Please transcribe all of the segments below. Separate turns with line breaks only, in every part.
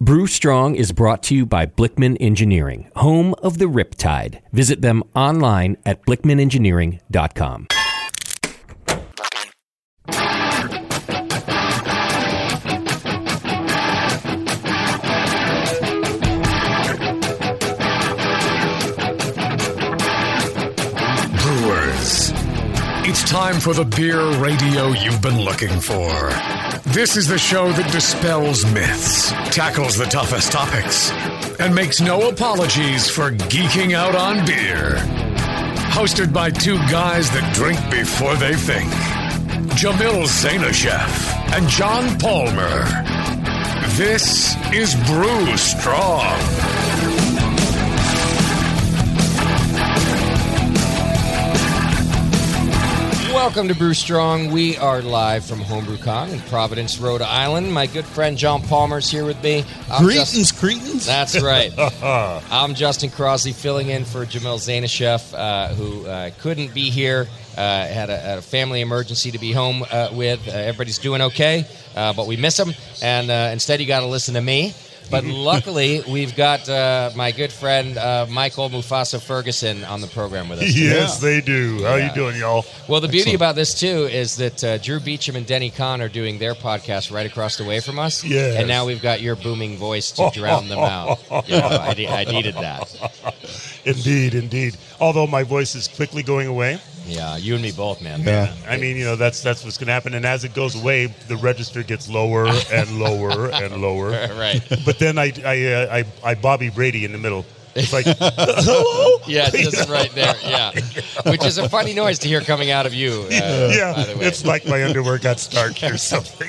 Brew Strong is brought to you by Blickman Engineering, home of the Riptide. Visit them online at blickmanengineering.com.
Brewers. It's time for the beer radio you've been looking for. This is the show that dispels myths, tackles the toughest topics, and makes no apologies for geeking out on beer. Hosted by two guys that drink before they think Jamil Zainashev and John Palmer. This is Brew Strong.
Welcome to Brew Strong. We are live from HomebrewCon in Providence, Rhode Island. My good friend John Palmer's here with me. I'm Justin-
Greetings, Cretans.
that's right. I'm Justin Crosley, filling in for Jamil Zainashev, uh, who uh, couldn't be here. Uh, had, a, had a family emergency to be home uh, with. Uh, everybody's doing okay, uh, but we miss him. And uh, instead, you got to listen to me. But luckily, we've got uh, my good friend uh, Michael Mufasa Ferguson on the program with us.
Yes, they do. How you doing, y'all?
Well, the beauty about this too is that uh, Drew Beecham and Denny Kahn are doing their podcast right across the way from us.
Yes.
And now we've got your booming voice to drown them out. You know, I, de- I needed that.
Indeed, indeed. Although my voice is quickly going away.
Yeah, you and me both, man.
I mean, you know, that's that's what's going to happen. And as it goes away, the register gets lower and lower and lower.
Right.
But then I I, uh, I I Bobby Brady in the middle. It's like hello.
Yeah, just right there. Yeah. Which is a funny noise to hear coming out of you. Uh, By
yeah,
the way.
it's like my underwear got starched or something.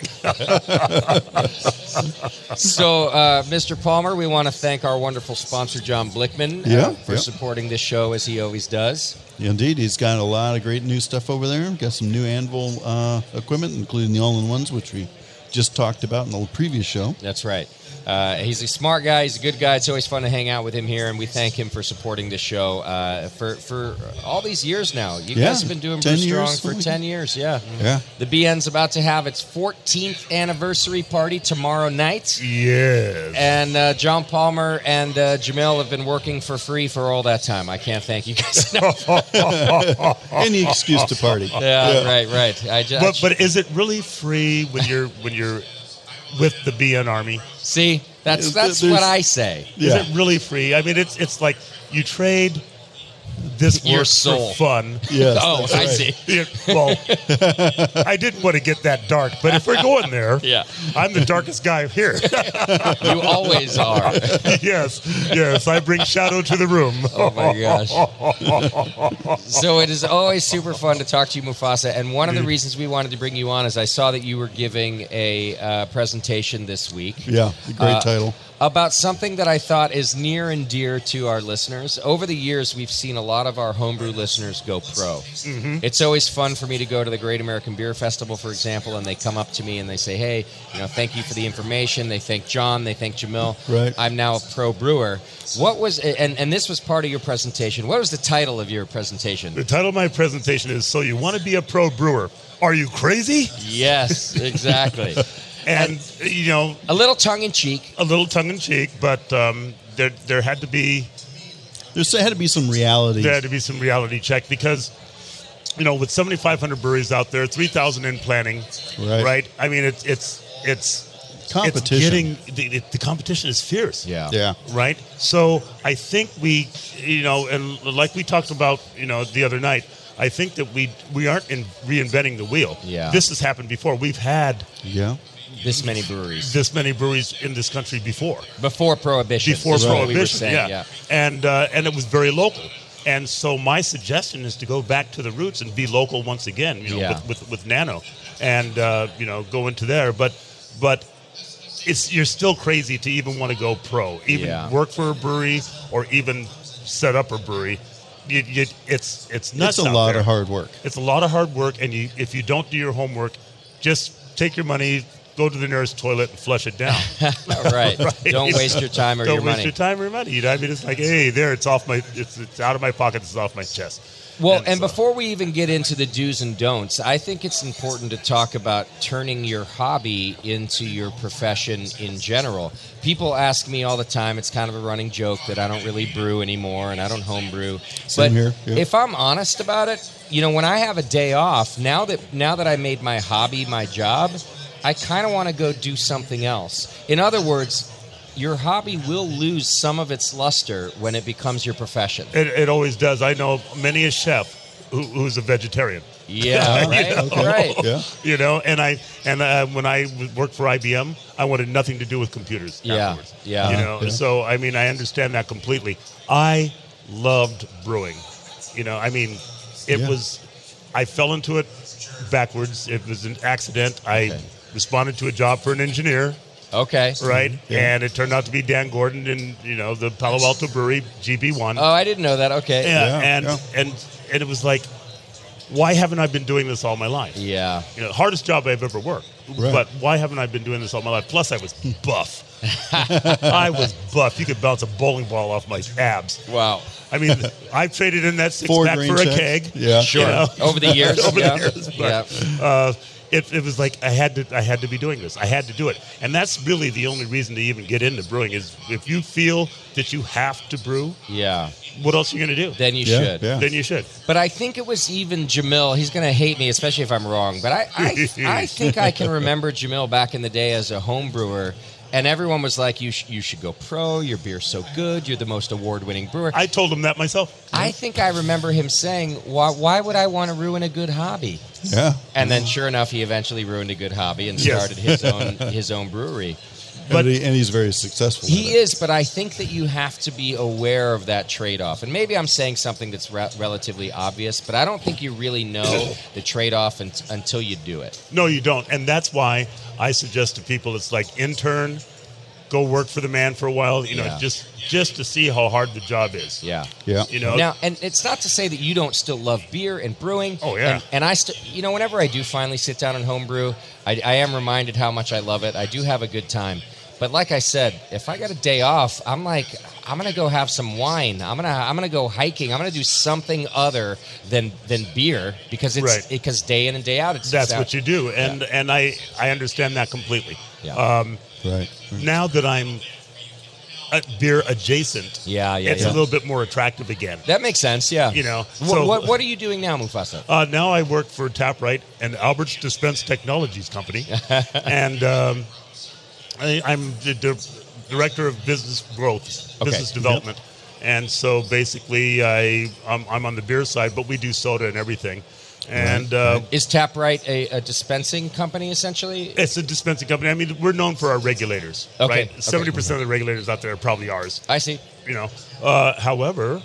So, uh, Mr. Palmer, we want to thank our wonderful sponsor, John Blickman, uh,
Yeah,
for
yeah.
supporting this show as he always does.
Indeed, he's got a lot of great new stuff over there. Got some new anvil uh, equipment, including the all-in-ones, which we just talked about in the previous show.
That's right. Uh, he's a smart guy. He's a good guy. It's always fun to hang out with him here, and we thank him for supporting the show uh, for for all these years now. You
Yeah,
guys have been doing
10
Brew Strong
years,
for
something like
ten
that.
years. Yeah.
Yeah.
The BN's about to have its 14th anniversary party tomorrow night,
yes.
and uh, John Palmer and uh, Jamil have been working for free for all that time. I can't thank you guys enough.
Any excuse to party.
yeah, Uh, right, right. I just
But but is it really free when you're when you're with the BN Army?
see that's
There-
that's
there's-
what I say.
Yeah.
Is it really free? I mean, it's it's like you trade this
Your
work
soul.
for fun.
Yes,
Oh,
that's
I
right.
see.
Yeah, well, I didn't want to get that dark, but if we're going there,
Yeah.
I'm the darkest guy here.
You always are.
yes, yes, I bring shadow to the room.
Oh my gosh. so it is always super fun to talk to you, Mufasa. And one of the reasons we wanted to bring you on is I saw that you were giving a uh, presentation this week
Yeah, a great
Uh,
title.
about something that I thought is near and dear to our listeners. Over the years, we've seen a lot of our homebrew listeners go pro.
Mm-hmm.
It's always fun for me to go to the Great American Beer Festival, for example, and they come up to me and they say, "Hey, you know, thank you for the information." They thank John, they thank Jamil.
Right.
I'm now a pro brewer. What was and and this was part of your presentation. What was the title of your presentation?
The title of my presentation is "So You Want to Be a Pro Brewer? Are You Crazy?"
yes, exactly.
And you know,
a little tongue in cheek.
a little tongue in cheek, but um, there there had to be
There's had to be some reality.
there had to be some reality check because you know with 7500 breweries out there 3000 in planning
Right.
i mean it's it's it's
Competition.
it's getting the, the competition is fierce
Yeah.
right so i think we you know and like we talked about you know the other night i think that we we aren't in reinventing the wheel
Yeah.
this has happened before we've had
Yeah.
This many breweries
this many breweries in this country before
before prohibition.
before
is what we were
prohibition.
saying,
yeah.
yeah.
and uh, and it was very local. And so my suggestion is to go back to the roots and be local once again. You know,
Yeah.
with, with with Nano, and uh, you know, go into there. But but it's you're still crazy to even want to go pro, even
Yeah.
work for a brewery or even set up a brewery. You, you, it's it's nuts.
That's a
out
lot
there.
of hard work.
It's a lot of hard work, and you, if you don't do your homework, just take your money, go to the nearest toilet, and flush it down.
right. Don't waste your time or
Don't
your
waste
money.
your time or your money. You know, I mean, it's like, hey, there, it's off my, it's, it's out of my pocket, it's off my chest.
Well, and,
so-
before we even get into the do's and don'ts, I think it's important to talk about turning your hobby into your profession in general. People ask me all the time, it's kind of a running joke that I don't really brew anymore and I don't homebrew.
Same
but
here, yeah.
if I'm honest about it, you know, when I have a day off, now that now that I made my hobby my job, I kind of want to go do something else. In other words, your hobby will lose some of its luster when it becomes your profession.
It, it always does. I know many a chef who, who's a vegetarian.
Yeah, right.
Okay.
Right.
Yeah.
You know, and I and uh, when I w- worked for IBM, I wanted nothing to do with computers.
Yeah,
afterwards.
yeah.
You know,
Yeah.
so I mean, I understand that completely. I loved brewing. You know, I mean, it
Yeah.
was. I fell into it backwards. It was an accident. I responded to a job for an engineer.
Okay.
right?
Mm-hmm.
Yeah.
And it turned out to be Dan Gordon in you know the Palo Alto Brewery GB one.
Oh, I didn't know that. Okay.
yeah,
Yeah,
and
yeah.
and and it was like, why haven't I been doing this all my life?
Yeah.
You know, hardest job I've ever worked.
Right.
But why haven't I been doing this all my life? Plus, I was buff. I was buff. You could bounce a bowling ball off my abs.
Wow.
I mean, I traded in that six
Four
pack
green
for a
checks.
keg.
Yeah.
Sure. Oh,
You know?
Over the years.
Over the
yeah.
years, but,
yeah.
uh, it, it was like I had to I had to be doing this. I had to do it, and that's really the only reason to even get into brewing is if you feel that you have to brew,
Yeah.
what else are you going to do?
Then you
Yeah,
should.
yeah.
Then you should.
But I think it was even Jamil. He's going to hate me, especially if I'm wrong. But I, I, I think I can remember Jamil back in the day as a home brewer. And everyone was like, you, sh- you should go pro. Your beer's so good. You're the most award winning brewer. I,
I told him that myself.
think I remember him saying, why, why would I want to ruin a good hobby?
Yeah.
And then, sure enough, he eventually ruined a good hobby and
Mm. Yes.
started his own his own brewery.
But-
and, he, and he's very successful.
He
with it.
is, but I think that you have to be aware of that trade off. And maybe I'm saying something that's re- relatively obvious, but I don't think you really know the trade off un- until you do it.
No, you don't, and that's why I suggest to people it's like intern, go work for the man for a while. You know,
Yeah.
just just to see how hard the job is.
Yeah.
Yeah.
You know.
Now, and it's not to say that you don't still love beer and brewing.
Oh, yeah.
And, and I, st- you know, whenever I do finally sit down and homebrew, I, I am reminded how much I love it. I do have a good time. But like I said, if I got a day off, I'm like, I'm gonna go have some wine. I'm gonna, I'm gonna go hiking. I'm gonna do something other than than beer because it's
Right.
because day in and day out, it's
that's
it's out.
what you do, and and I I understand that completely.
Yeah.
Um,
Right. right.
now that I'm uh beer adjacent,
Yeah, yeah,
it's
yeah.
a little bit more attractive again.
That makes sense. Yeah.
You know,
Wha-
so-
what, what are you doing now, Mufasa?
Uh, now I work for Taprite and Albert's Dispense Technologies Company, and um, I, I'm the di- director of business growth,
Okay.
business development, and so basically I I'm, I'm on the beer side, but we do soda and everything, and uh,
Is Taprite a, a dispensing company essentially?
It's a dispensing company. I mean, we're known for our regulators,
Okay, okay.
right? Seventy percent of the regulators out there are probably ours.
I see.
You know, uh, however,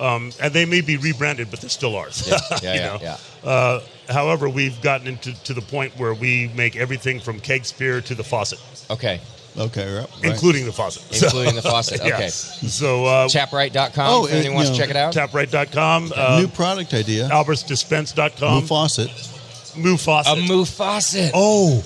um, and they may be rebranded, but they're still ours.
Yeah, yeah,
you
yeah,
know?
yeah.
Uh, however, we've gotten into to the point where we make everything from keg spear to the faucet,
Okay.
Okay. Right. right.
including the faucet, So-
Including the faucet. Okay.
yeah. So uh,
Taprite.com
Oh,
if anyone
it-
wants
you
to
know,
check it out.
taprite.com, uh,
New product idea.
albertsdispense.com,
New faucet.
Moo
a
Faucet.
Moo Faucet.
oh,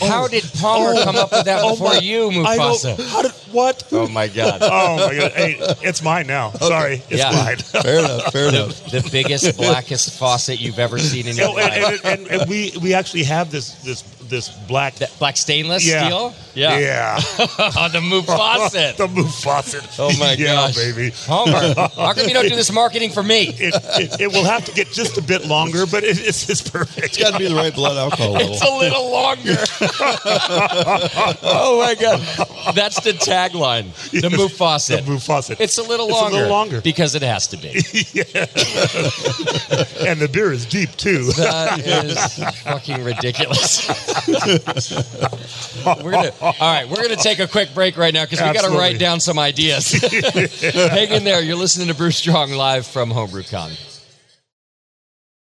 How did Palmer come up with that before
my-
you, Moo
I don't-
Faucet?
How did what?
Oh my God.
Oh my god! Hey, it's mine now. Sorry, it's
Yeah.
mine.
Fair enough. Fair enough.
the biggest, blackest faucet you've ever seen in your
Oh, and,
life.
and, and, and, and we we actually have this this this black
that black stainless
yeah.
steel?
yeah
On the Moo Faucet.
the move faucet.
Oh my
yeah,
gosh.
baby.
Homer, how come you don't do this marketing for me?
It, it, it will have to get just a bit longer, but it, it's, it's perfect.
It's got to be the right blood alcohol
It's a
level.
little longer. oh my god, that's the tagline. The Moo
The
Faucet.
move faucet.
It's a little
It's a
longer.
little longer.
because it has to be.
and the beer is deep too.
That is fucking ridiculous. we're gonna, all right, we're gonna take a quick break right now because we got to
Absolutely.
write down some ideas. Hang in there. You're listening to Bruce Strong live from HomebrewCon.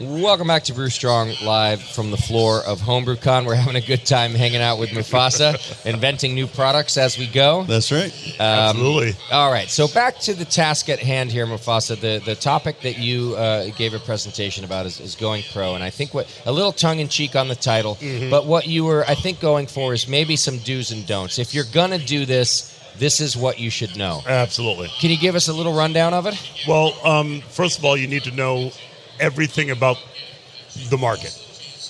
Welcome back to Brew Strong live from the floor of HomebrewCon. We're having a good time hanging out with Mufasa, inventing new products as we go.
That's right.
Uh, Absolutely.
All right, so back to the task at hand here, Mufasa. The the topic that you uh, gave a presentation about is, is going pro, and I think what a little tongue in cheek on the title, but what you were I think going for is maybe some do's and don'ts. If you're gonna do this, this is what you should know.
Absolutely.
Can you give us a little rundown of it?
Well, um, first of all, you need to know everything about the market.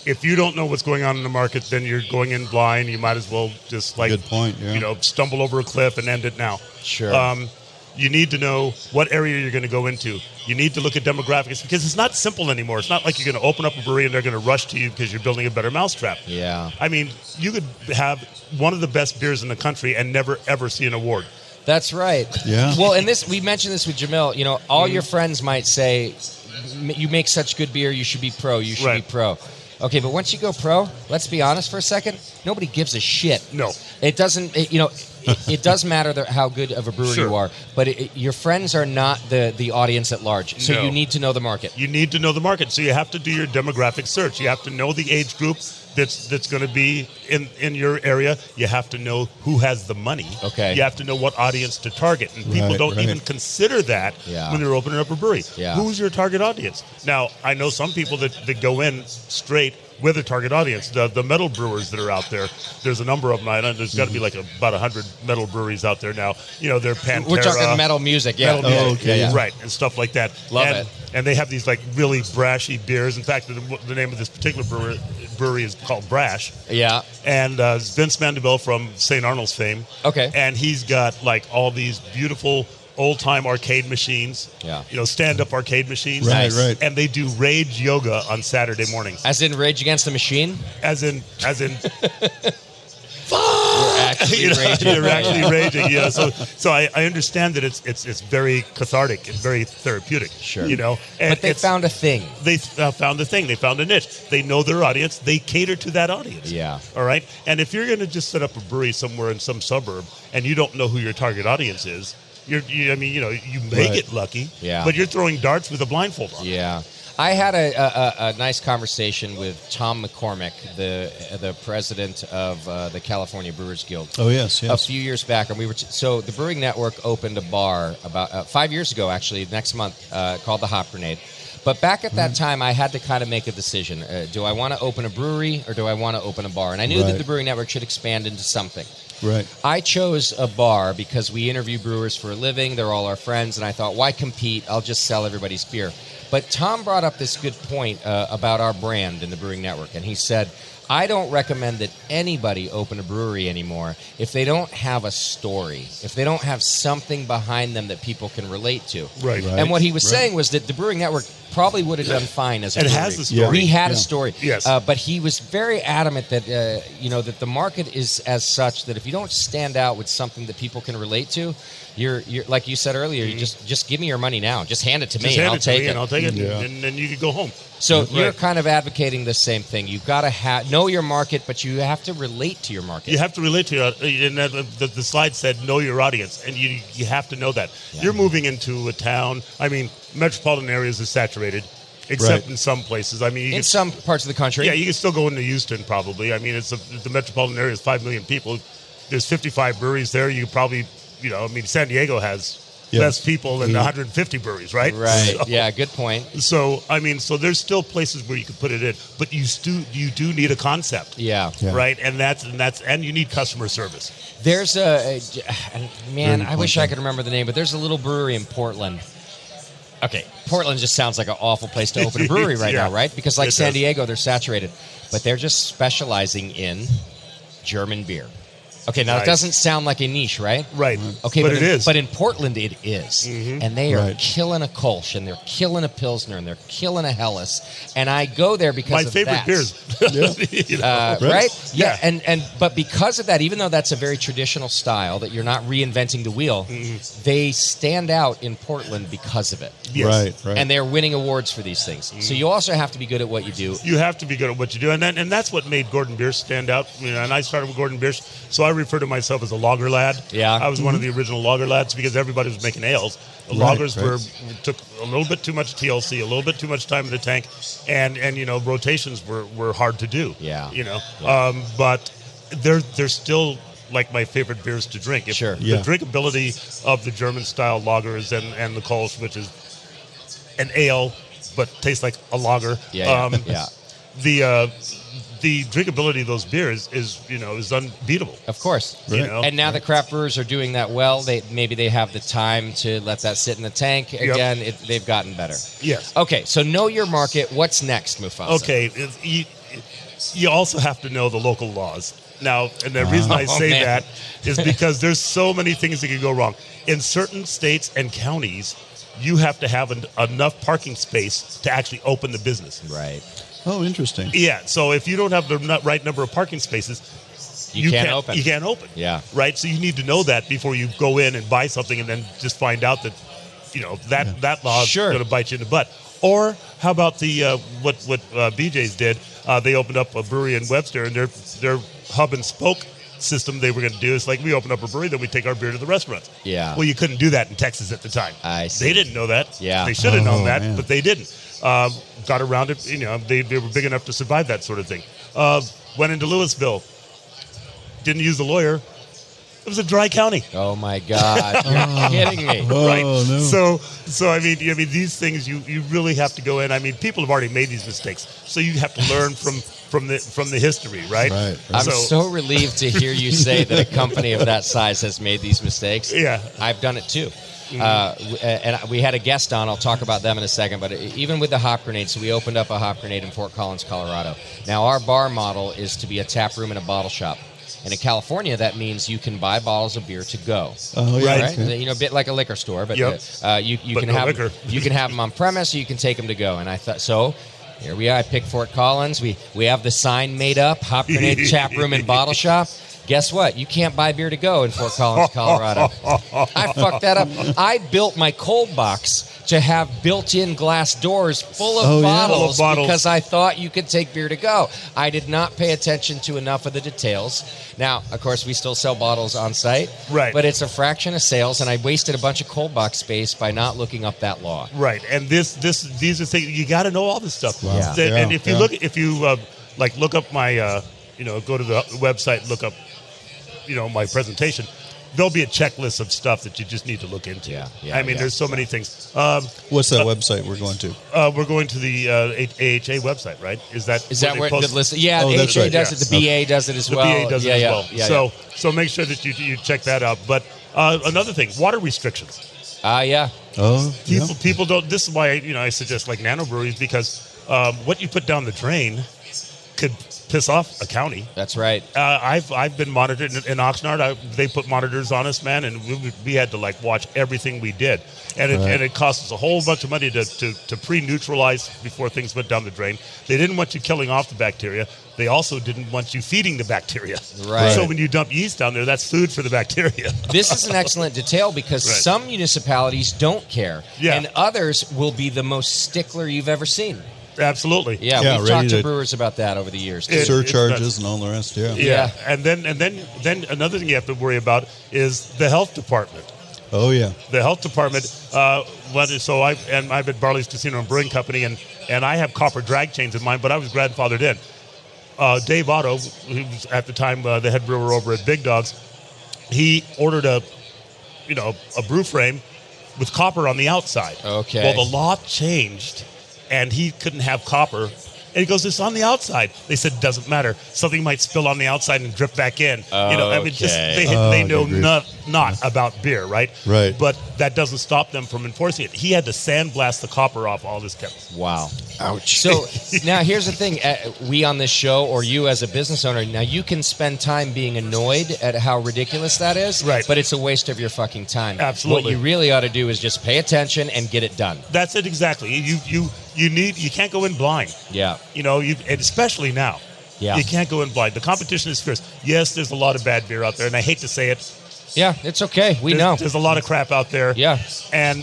If you don't know what's going on in the market, then you're going in blind. You might as well just like
Good point, yeah.
you know stumble over a cliff and end it now.
Sure.
Um, you need to know what area you're going to go into. You need to look at demographics because it's not simple anymore. It's not like you're going to open up a brewery and they're going to rush to you because you're building a better mousetrap.
Yeah.
I mean, you could have one of the best beers in the country and never ever see an award.
That's right.
Yeah.
Well, and this we mentioned this with Jamil. You know, all your friends might say, "M- "You make such good beer. You should be pro. You should
Right.
be pro." Okay, but once you go pro, let's be honest for a second. Nobody gives a shit.
No.
it doesn't. It, you know, it, it does matter that how good of a brewer
Sure.
you are, but it, it- your friends are not the the audience at large. So
No.
you need to know the market.
you need to know the market so you have to do your demographic search you have to know the age group that's that's going to be in in your area you have to know who has the money
Okay.
you have to know what audience to target and people
Right,
don't
right.
even consider that
Yeah.
when they're opening up a brewery
Yeah.
who's your target audience now i know some people that, that go in straight with their target audience the the metal brewers that are out there there's a number of them I know there's got to be
Mm-hmm.
like about 100 metal breweries out there now you know they're Pantera
We're talking metal music. Yeah.
metal music,
okay, yeah.
right, and stuff like that.
Love
and,
it.
And they have these like really brashy beers. In fact, the, the name of this particular brewer, brewery is called Brash,
Yeah.
and uh, it's Vince Mandeville from St. Arnold's fame.
Okay.
and he's got like all these beautiful old time arcade machines.
Yeah.
you know, stand up arcade machines.
Right, Nice. right.
And they do rage yoga on Saturday mornings,
As in Rage Against the Machine.
as in, as in
We're actually
you know,
raging.
you're actually raging. Yeah. So, so I, I understand that it's it's it's very cathartic and very therapeutic.
Sure.
You know, and
But they
it's-
found a thing.
they uh, found the thing. They found a niche. They know their audience. They cater to that audience.
Yeah.
All right. And if you're going to just set up a brewery somewhere in some suburb and you don't know who your target audience is, you're, you, I mean, you know, you may
Right.
get lucky.
Yeah.
But you're throwing darts with a blindfold on.
Yeah. I had a, a, a- a nice conversation with Tom McCormick, the the president of uh, the California Brewers Guild,
Oh, yes,
a
yes.
few years back, and we were t- so the Brewing Network opened a bar about uh, five years ago, actually, next month, uh, called the Hop Grenade. But back at
Mm-hmm.
that time, I had to kind of make a decision: uh, do I want to open a brewery or do I want to open a bar? And I knew that
Right.
the Brewing Network should expand into something.
Right.
I chose a bar because we interview brewers for a living. They're all our friends. And I thought, why compete? I'll just sell everybody's beer. But Tom brought up this good point uh, about our brand in the Brewing Network. And he said, I don't recommend that anybody open a brewery anymore if they don't have a story, if they don't have something behind them that people can relate to.
Right.
Right.
And what he was
right.
saying was that the Brewing Network probably would have done fine as a
It
brewery.
has the story.
We had a
Yeah.
story.
Yes.
Uh, but he was very adamant that uh, you know that the market is as such that if you don't stand out with something that people can relate to, you're you're like you said earlier, you just just give me your money now, just hand it to me,
Mm-hmm. Just
and
hand
I'll
it to
take
me
it.
and I'll take it,
Yeah.
and then you can go home.
so you're
Right.
kind of advocating the same thing. You've got to ha- know your market, but you have to relate to your market.
You have to relate to your, and that, the, the slide said know your audience, and you you have to know that. You're moving into a town. I mean, metropolitan areas are saturated, except
Right.
in some places. I mean, you
in
can-
some parts of the country,
Yeah, you can still go into Houston probably. I mean, it's a, the metropolitan area is five million people. There's 55 breweries there. You could probably, you know, I mean, San Diego has
Yeah.
less people than 150 breweries, right?
Mm-hmm. Right.
So-
yeah. Good point.
So I mean, so there's still places where you could put it in, but you still you do need a concept.
Yeah.
Yeah.
Right, and that's and that's and you need customer service.
There's a, a- man.
Brewery
I wish I
Portland.
could remember the name, but there's a little brewery in Portland. Okay, Portland just sounds like an awful place to open a brewery right
Yeah.
now, right? Because like
It
San
does.
Diego, they're saturated, but they're just specializing in German beer. Okay, now
Right.
it doesn't sound like a niche, right?
Right.
Mm-hmm. Okay,
but,
but,
it
in,
is. Mm-hmm.
But in Portland, it is. and they are
Right.
killing a Kolsch, and they're killing a Pilsner, and they're killing a Helles. And I go there because
my
of
favorite
that.
beers. You know?
Uh,
Right.
right? Yeah.
Yeah.
and and but because of that, even though that's a very traditional style that you're not reinventing the wheel, they stand out in Portland because of it,
Yes.
Right, right.
and they're winning awards for these things. So you also have to be good at what you do.
You have to be good at what you do, and then, and that's what made Gordon Bierce stand out. You know, and I started with Gordon Bierce, so I refer to myself as a logger lad.
Yeah. Mm-hmm.
I was one of the original logger lads because everybody was making ales. The
Right,
loggers
right.
were took a little bit too much TLC, a little bit too much time in the tank, and and you know rotations were were hard to do.
Yeah.
you know,
Yeah.
um, but they're they're still. Like my favorite beers to drink. If
Sure.
The
Yeah.
drinkability of the German style lagers and, and the Kolsch, which is an ale, but tastes like a lager.
Yeah, yeah,
Um,
yeah.
The uh, the drinkability of those beers is you know is unbeatable.
Of course,
You
Right.
know?
and now the craft brewers are doing that well. They maybe they have the time to let that sit in the tank again. It, they've gotten better.
yes.
Okay, so know your market. What's next, Mufasa?
Okay. it- you, you also have to know the local laws. Now, and the reason I
Oh,
say
man.
that is because there's so many things that can go wrong. In certain states and counties, you have to have en- enough parking space to actually open the business.
right.
Oh, interesting.
Yeah. So if you don't have the nu- right number of parking spaces,
You, can't, open.
You can't open.
Yeah.
Right. So you need to know that before you go in and buy something, and then just find out that, you know, that that law is
Sure.
going to bite you in the butt. Or how about the uh, what what uh, BJ's did? Uh, they opened up a brewery in Webster, and their their hub and spoke system they were going to do is like we open up a brewery, then we take our beer to the restaurants.
Yeah.
Well, you couldn't do that in Texas at the time.
I see.
They didn't know that.
Yeah.
They should have
Oh,
known that,
man.
but they didn't. Um, got around it. You know, they, they were big enough to survive that sort of thing. Uh, went into Louisville. Didn't use the lawyer. It was a dry county.
Oh my God! You're kidding me.
Oh,
right.
no.
So, so I mean, I mean, these things you, you really have to go in. I mean, people have already made these mistakes, so you have to learn from from the from the history, right?
Right, right.
I'm so, relieved to hear you say that a company of that size has made these mistakes.
Yeah. Mm-hmm.
I've done it too. Uh, w- and we had a guest on. I'll talk about them in a second. But uh, even with the hop grenades, we opened up a hop grenade in Fort Collins, Colorado. Now our bar model is to be a tap room and a bottle shop. And in California, that means you can buy bottles of beer to go.
Oh, yeah.
Right.
Right, you know, a bit like a liquor store, but
Yep.
uh, you you
But
can
no
have
liquor.
you can have them on premise, or you can take them to go. And I thought so. Here we are. I picked Fort Collins. We we have the sign made up: hop grenade, chap room, and bottle shop. Guess what? You can't buy beer to go in Fort Collins, Colorado. I fucked that up. I built my cold box to have built-in glass doors full of,
Oh, yeah.
bottles,
Full of bottles.
because I thought you could take beer to go. I did not pay attention to enough of the details. Now, of course, we still sell bottles on site,
Right.
But it's a fraction of sales, and I wasted a bunch of cold box space by not looking up that law.
Right, and this this these are things you got to know all this stuff.
Wow.
And-
Yeah.
And if you
Yeah.
look, if you uh, like, look up my, uh, you know, go to the website, look up, you know, my presentation. There'll be a checklist of stuff that you just need to look into.
Yeah, yeah,
I mean,
yeah.
there's so many things. Um,
What's that website we're going to?
uh, we're going to the uh, A- AHA website, right? Is that
Is that
they
where
post-
the list? Yeah,
Oh,
the
that's
HA
right.
does
Yeah.
it. The BA does it as
The
well.
BA does
yeah,
it as
yeah,
well.
Yeah,
so so make sure that you you check that out. But uh, another thing, water restrictions.
yeah. Uh, yeah.
Oh, yeah.
People, people don't. This is why you know I suggest like nano breweries because um, what you put down the drain could piss off a county.
That's right.
Uh, I've I've been monitored in, in Oxnard. I, they put monitors on us, man, and we, we had to like watch everything we did, and it,
Right.
and it cost us a whole bunch of money to, to, to pre-neutralize before things went down the drain. They didn't want you killing off the bacteria. They also didn't want you feeding the bacteria.
Right.
So when you dump yeast down there, that's food for the bacteria.
this is an excellent detail because
Right.
some municipalities don't care,
Yeah.
and others will be the most stickler you've ever seen.
Absolutely.
Yeah,
Yeah,
we've
ready
talked to,
to-
brewers about that over the years. too.
It-
Surcharges
it's
and all the rest. Yeah.
Yeah.
Yeah.
And then and then then another thing you have to worry about is the health department.
Oh, yeah.
The health department. Uh, what is- so I and I'm at Barley's Casino and Brewing Company, and and I have copper drag chains in mine, but I was grandfathered in. Uh, Dave Otto, who was at the time uh, the head brewer over at Big Dogs, he ordered a, you know, a brew frame with copper on the outside.
Okay.
Well, the law changed, and he couldn't have copper. And he goes, "It's on the outside." They said, "Doesn't matter. Something might spill on the outside and drip back in." You know, I mean, just
Okay.
they,
Oh,
they
I
know
agree.
not not about beer, right?
Right.
But that doesn't stop them from enforcing it. He had to sandblast the copper off all his kettles.
Wow.
Ouch.
So now here's the thing: uh, we on this show, or you as a business owner, now you can spend time being annoyed at how ridiculous that is,
Right.
But it's a waste of your fucking time.
Absolutely.
What you really ought to do is just pay attention and get it done.
That's it exactly. You you you need you can't go in blind.
Yeah.
You know, you and especially now.
Yeah.
You can't go in blind. The competition is fierce. Yes, there's a lot of bad beer out there, and I hate to say it.
Yeah, it's okay. We
there's,
know.
There's a lot of crap out there.
Yeah.
And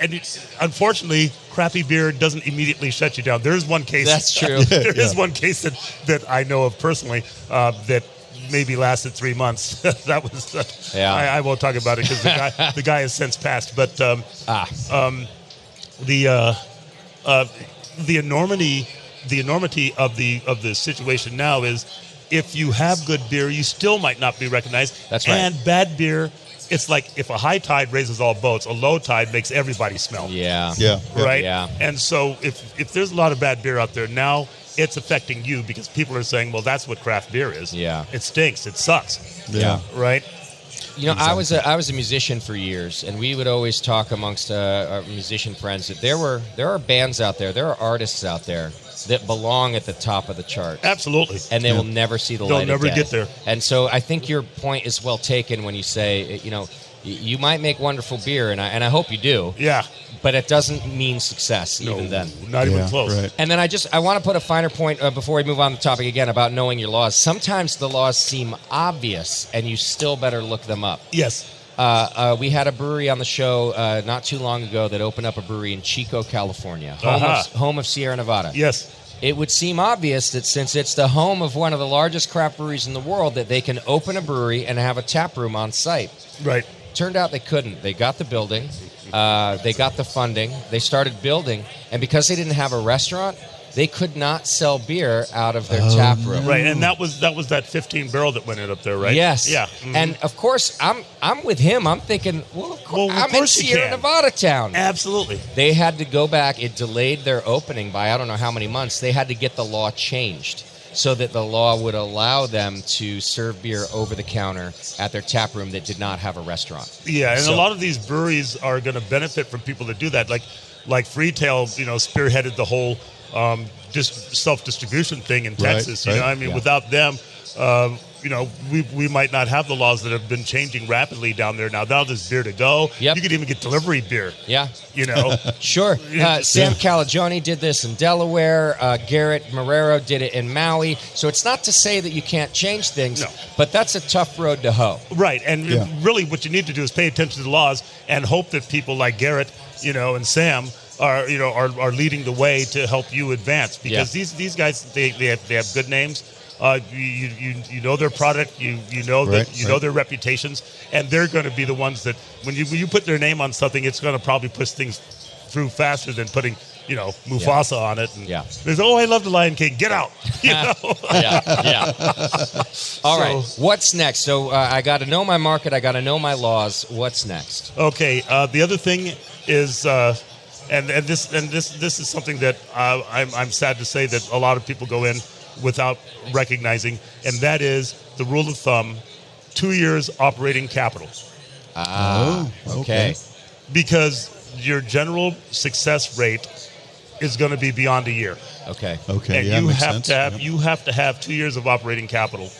and it, unfortunately, crappy beer doesn't immediately shut you down. There's one case.
That's true.
There is one case that, that I know of personally uh, that maybe lasted three months. that was. Uh,
Yeah.
I, I won't talk about it because the guy the guy has since passed. But um,
ah,
the uh, uh, the enormity the enormity of the of the situation now is if you have good beer, you still might not be recognized.
That's right.
And bad beer, it's like if a high tide raises all boats, a low tide makes everybody smell.
yeah.
yeah. yeah.
Right.
Yeah.
And so if if there's a lot of bad beer out there now, it's affecting you because people are saying, well, that's what craft beer is.
Yeah.
It stinks. It sucks.
Yeah.
Right.
You know, I was a, I was a musician for years, and we would always talk amongst uh, our musician friends that there were there are bands out there, there are artists out there that belong at the top of the charts.
Absolutely.
and they will never see the
They'll
light.
never
of
get
day.
there.
And so I think your point is well taken when you say, uh, you know, y- you might make wonderful beer, and I and I hope you do.
yeah.
But it doesn't mean success
No,
even then.
Not even
Yeah,
close.
right.
And then I just I want to put a finer point uh, before we move on to the topic again about knowing your laws. Sometimes the laws seem obvious, and you still better look them up.
Yes.
Uh, uh, we had a brewery on the show uh, not too long ago that opened up a brewery in Chico, California, home,
Uh-huh.
of, home of Sierra Nevada.
Yes.
It would seem obvious that since it's the home of one of the largest craft breweries in the world, that they can open a brewery and have a tap room on site.
Right.
Turned out they couldn't. They got the building, uh, they got the funding, they started building, and because they didn't have a restaurant, they could not sell beer out of their tap room.
Right, and that was that was that 15 barrel that went in up there, right?
Yes. Mm.
Yeah. Mhm.
And of course, I'm I'm with him. I'm thinking, well, of course,
Well, of
I'm
course
in
you
Sierra
can.
Nevada town.
absolutely.
They had to go back. It delayed their opening by I don't know how many months. They had to get the law changed so that the law would allow them to serve beer over the counter at their tap room that did not have a restaurant.
Yeah, and
So-
a lot of these breweries are going to benefit from people that do that. Like, like Freetail, you know, spearheaded the whole um, just self distribution thing in
Right,
Texas. You know,
right.
I mean,
Yeah.
without them, um, you know, we, we might not have the laws that have been changing rapidly down there now. Now there's beer to go.
Yep.
You could even get delivery beer.
Yeah.
You know,
Sure. Uh,
Yeah.
Sam Calagione did this in Delaware. Uh, Garrett Marrero did it in Maui. So it's not to say that you can't change things,
No.
but that's a tough road to hoe.
Right, and
Yeah.
really, what you need to do is pay attention to the laws and hope that people like Garrett, you know, and Sam are you know are, are leading the way to help you advance because
Yeah.
these these guys they, they have they have good names. Uh, you, you you- you know their product, you you know that
Right,
you know
right.
their reputations, and they're going to be the ones that when you when you put their name on something, it's going to probably push things through faster than putting you know Mufasa on it. And
Yeah.
there's oh I love the Lion King, get out, you know.
yeah, yeah. All right. What's next? So uh, I got to know my market. I got to know my laws. What's next?
Okay. Uh, the other thing is, uh, and and this and this this is something that uh, I'm I'm sad to say that a lot of people go in without recognizing, and that is the rule of thumb: two years operating capital,
Oh,
Ah, Okay.
because your general success rate is going to be beyond a year,
Okay.
Okay.
and
yeah,
you
makes
have
sense.
to have
Yep.
you have to have two years of operating capital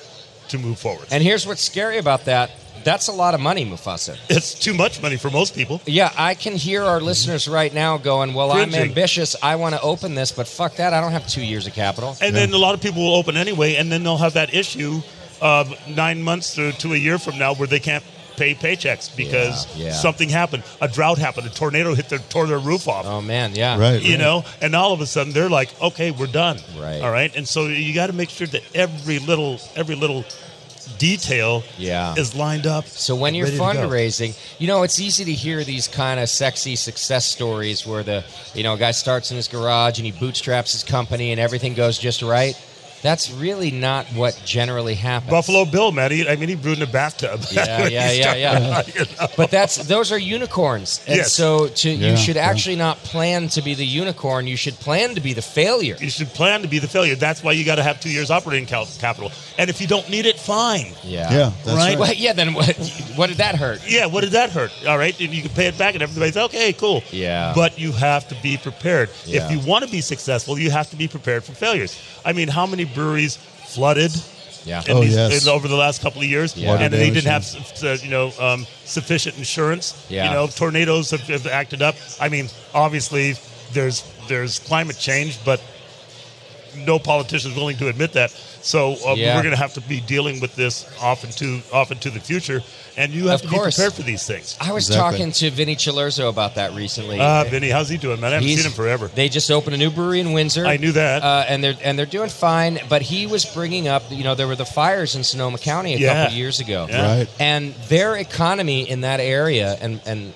to move forward.
And here's what's scary about that. That's a lot of money, Mufasa.
it's too much money for most people.
Yeah, I can hear our listeners right now going, "Well, I'm
Cringing.
ambitious. I want to open this, but fuck that. I don't have two years of capital."
And then a lot of people will open anyway, and then they'll have that issue of nine months to, to a year from now where they can't pay paychecks because
Yeah, yeah.
something happened, a drought happened, a tornado hit their tore their roof off.
Oh man, yeah.
Right.
You
right.
know, and all of a sudden they're like, "Okay, we're done."
Right.
All right, and so you got to make sure that every little every little detail
Yeah.
is lined up.
So when you're
ready to go.
fundraising, you know it's easy to hear these kind of sexy success stories where the you know a guy starts in his garage and he bootstraps his company and everything goes just right. That's really not what generally happens.
Buffalo Bill, man. He, I mean, he brewed in a bathtub.
Yeah,
When
yeah,
he
yeah,
started
yeah.
out, you know?
But that's those are unicorns, and
Yes.
so to,
Yeah,
you should
yeah.
actually not plan to be the unicorn. You should plan to be the failure.
You should plan to be the failure. That's why you got to have two years operating cal- capital. And if you don't need it, fine.
Yeah,
Yeah, that's
Right.
right.
Well, yeah. Then what? What did that hurt?
Yeah, what did that hurt? All right, and you can pay it back, and everybody's okay, cool.
Yeah.
But you have to be prepared.
Yeah.
If you want to be successful, you have to be prepared for failures. I mean, how many breweries flooded?
Yeah.
in
Oh,
these,
yes.
in- over the last couple of years,
Yeah. Water
and they
damage,
didn't have s- uh, you know um, sufficient insurance.
Yeah.
You know, tornadoes have, have acted up. I mean, obviously, there's there's climate change, but no politician is willing to admit that. So uh,
Yeah.
we're going to have to be dealing with this off into off into the future, and you have
Of
to
course.
be prepared for these things. Ah,
I was
Exactly.
talking to Vinny Chilurzo about that recently.
Uh, Vinny, how's he doing, man? I haven't
He's-
seen him forever.
They just opened a new brewery in Windsor.
I knew that.
uh, and they're and they're doing fine. But he was bringing up, you know, there were the fires in Sonoma County a
Yeah.
couple years ago,
Yeah.
Right.
and their economy in that area, and and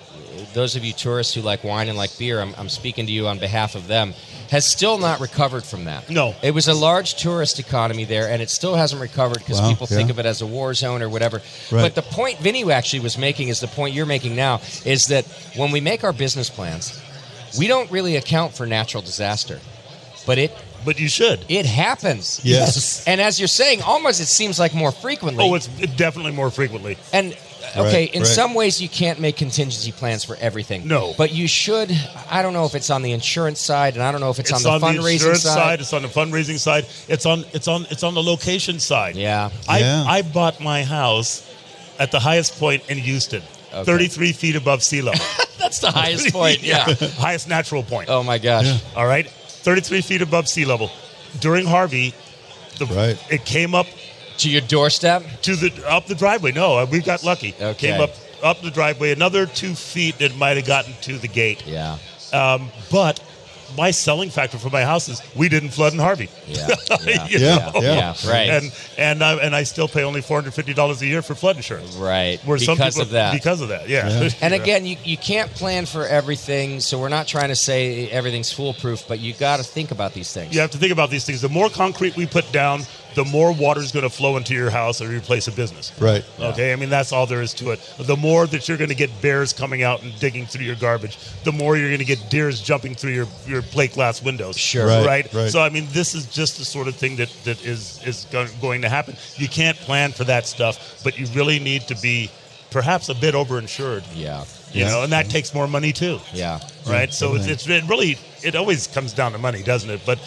those of you tourists who like wine and like beer, I'm, I'm speaking to you on behalf of them, has still not recovered from that.
No.
it was a large tourist economy there, and it still hasn't recovered because
Wow,
people think
yeah.
of it as a war zone or whatever.
Right.
But the point Vinny actually was making is the point you're making now is that when we make our business plans, we don't really account for natural disaster, but it
but you should.
it happens.
Yes.
And as you're saying, almost it seems like more frequently.
Oh, it's definitely more frequently.
and okay,
Right,
in
right.
some ways you can't make contingency plans for everything.
No.
But you should I don't know if it's on the insurance side and I don't know if it's,
It's
on
on
the
the
fundraising
insurance side. It's on the fundraising side. It's on it's on it's on the location side.
Yeah.
I
Yeah.
I bought my house at the highest point in Houston,
Okay.
33 feet above sea level.
That's the highest point. Yeah.
highest natural point.
Oh my gosh.
All right, 33 feet above sea level. During Harvey, the,
Right.
it came up
To your doorstep?
to the up the driveway. No, uh, we got lucky.
Okay.
Came up up the driveway. Another two feet that might have gotten to the gate.
Yeah.
Um, but my selling factor for my house is we didn't flood in Harvey.
Yeah.
yeah,
Yeah,
yeah, right.
And and I, and I still pay only four hundred fifty dollars a year for flood insurance.
Right.
Where some
because
people-
of that.
Because of that, yeah.
Yeah.
And again, you, you can't plan for everything, so we're not trying to say everything's foolproof, but you got to think about these things.
you have to think about these things. The more concrete we put down, the more water is going to flow into your house or your place of business.
Right.
Okay, I mean that's all there is to it. The more that you're going to get bears coming out and digging through your garbage, the more you're going to get deers jumping through your, your plate glass windows.
Sure.
Right,
right,
right.
So I mean, this is just the sort of thing that that is is go- going to happen. You can't plan for that stuff, but you really need to be perhaps a bit overinsured.
Yeah.
You
Yeah.
know, and that takes more money too
Yeah.
right? So it's, it's it really it always comes down to money, doesn't it? But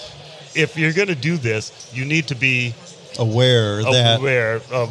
if you're going to do this, you need to be
Aware that.
aware of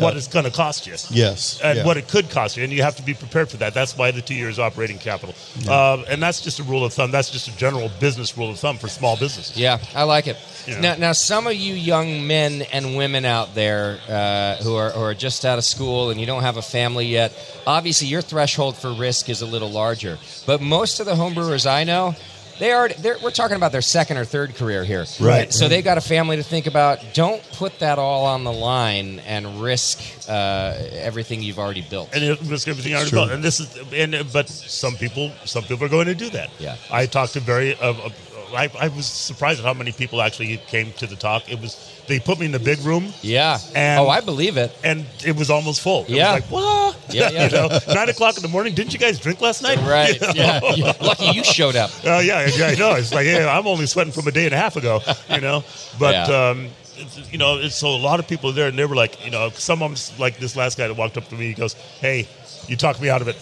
what
Yeah.
it's going to cost you.
Yes.
And
yeah.
what it could cost you, and you have to be prepared for that. That's why the two years operating capital, uh, and that's just a rule of thumb. That's just a general business rule of thumb for small businesses.
Yeah, I like it.
Yeah.
Now, now, some of you young men and women out there uh, who, are, who are just out of school and you don't have a family yet, obviously your threshold for risk is a little larger. But most of the homebrewers I know, they are they're, we're talking about their second or third career here.
Right.
So they've got a family to think about. Don't put that all on the line and risk uh, everything you've already built.
and it was everything I already
Sure.
built. And this is, and but some people, some people are going to do that.
Yeah.
I talked to very. Uh, uh, I, I was surprised at how many people actually came to the talk. It was they put me in the big room,
Yeah.
And-
oh, I believe it.
and it was almost full. It was
Yeah.
like what?
Yeah, yeah.
you know, nine o'clock in the morning. Didn't you guys drink last night?
Right.
You know?
Yeah. Lucky you showed up.
Oh yeah, yeah, I know. It's like, yeah, I'm only sweating from a day and a half ago, you know. But
Yeah.
um, it's, you know, it's, so a lot of people there, and they were like, you know, some of them, like this last guy that walked up to me, he goes, "Hey, you talked me out of it.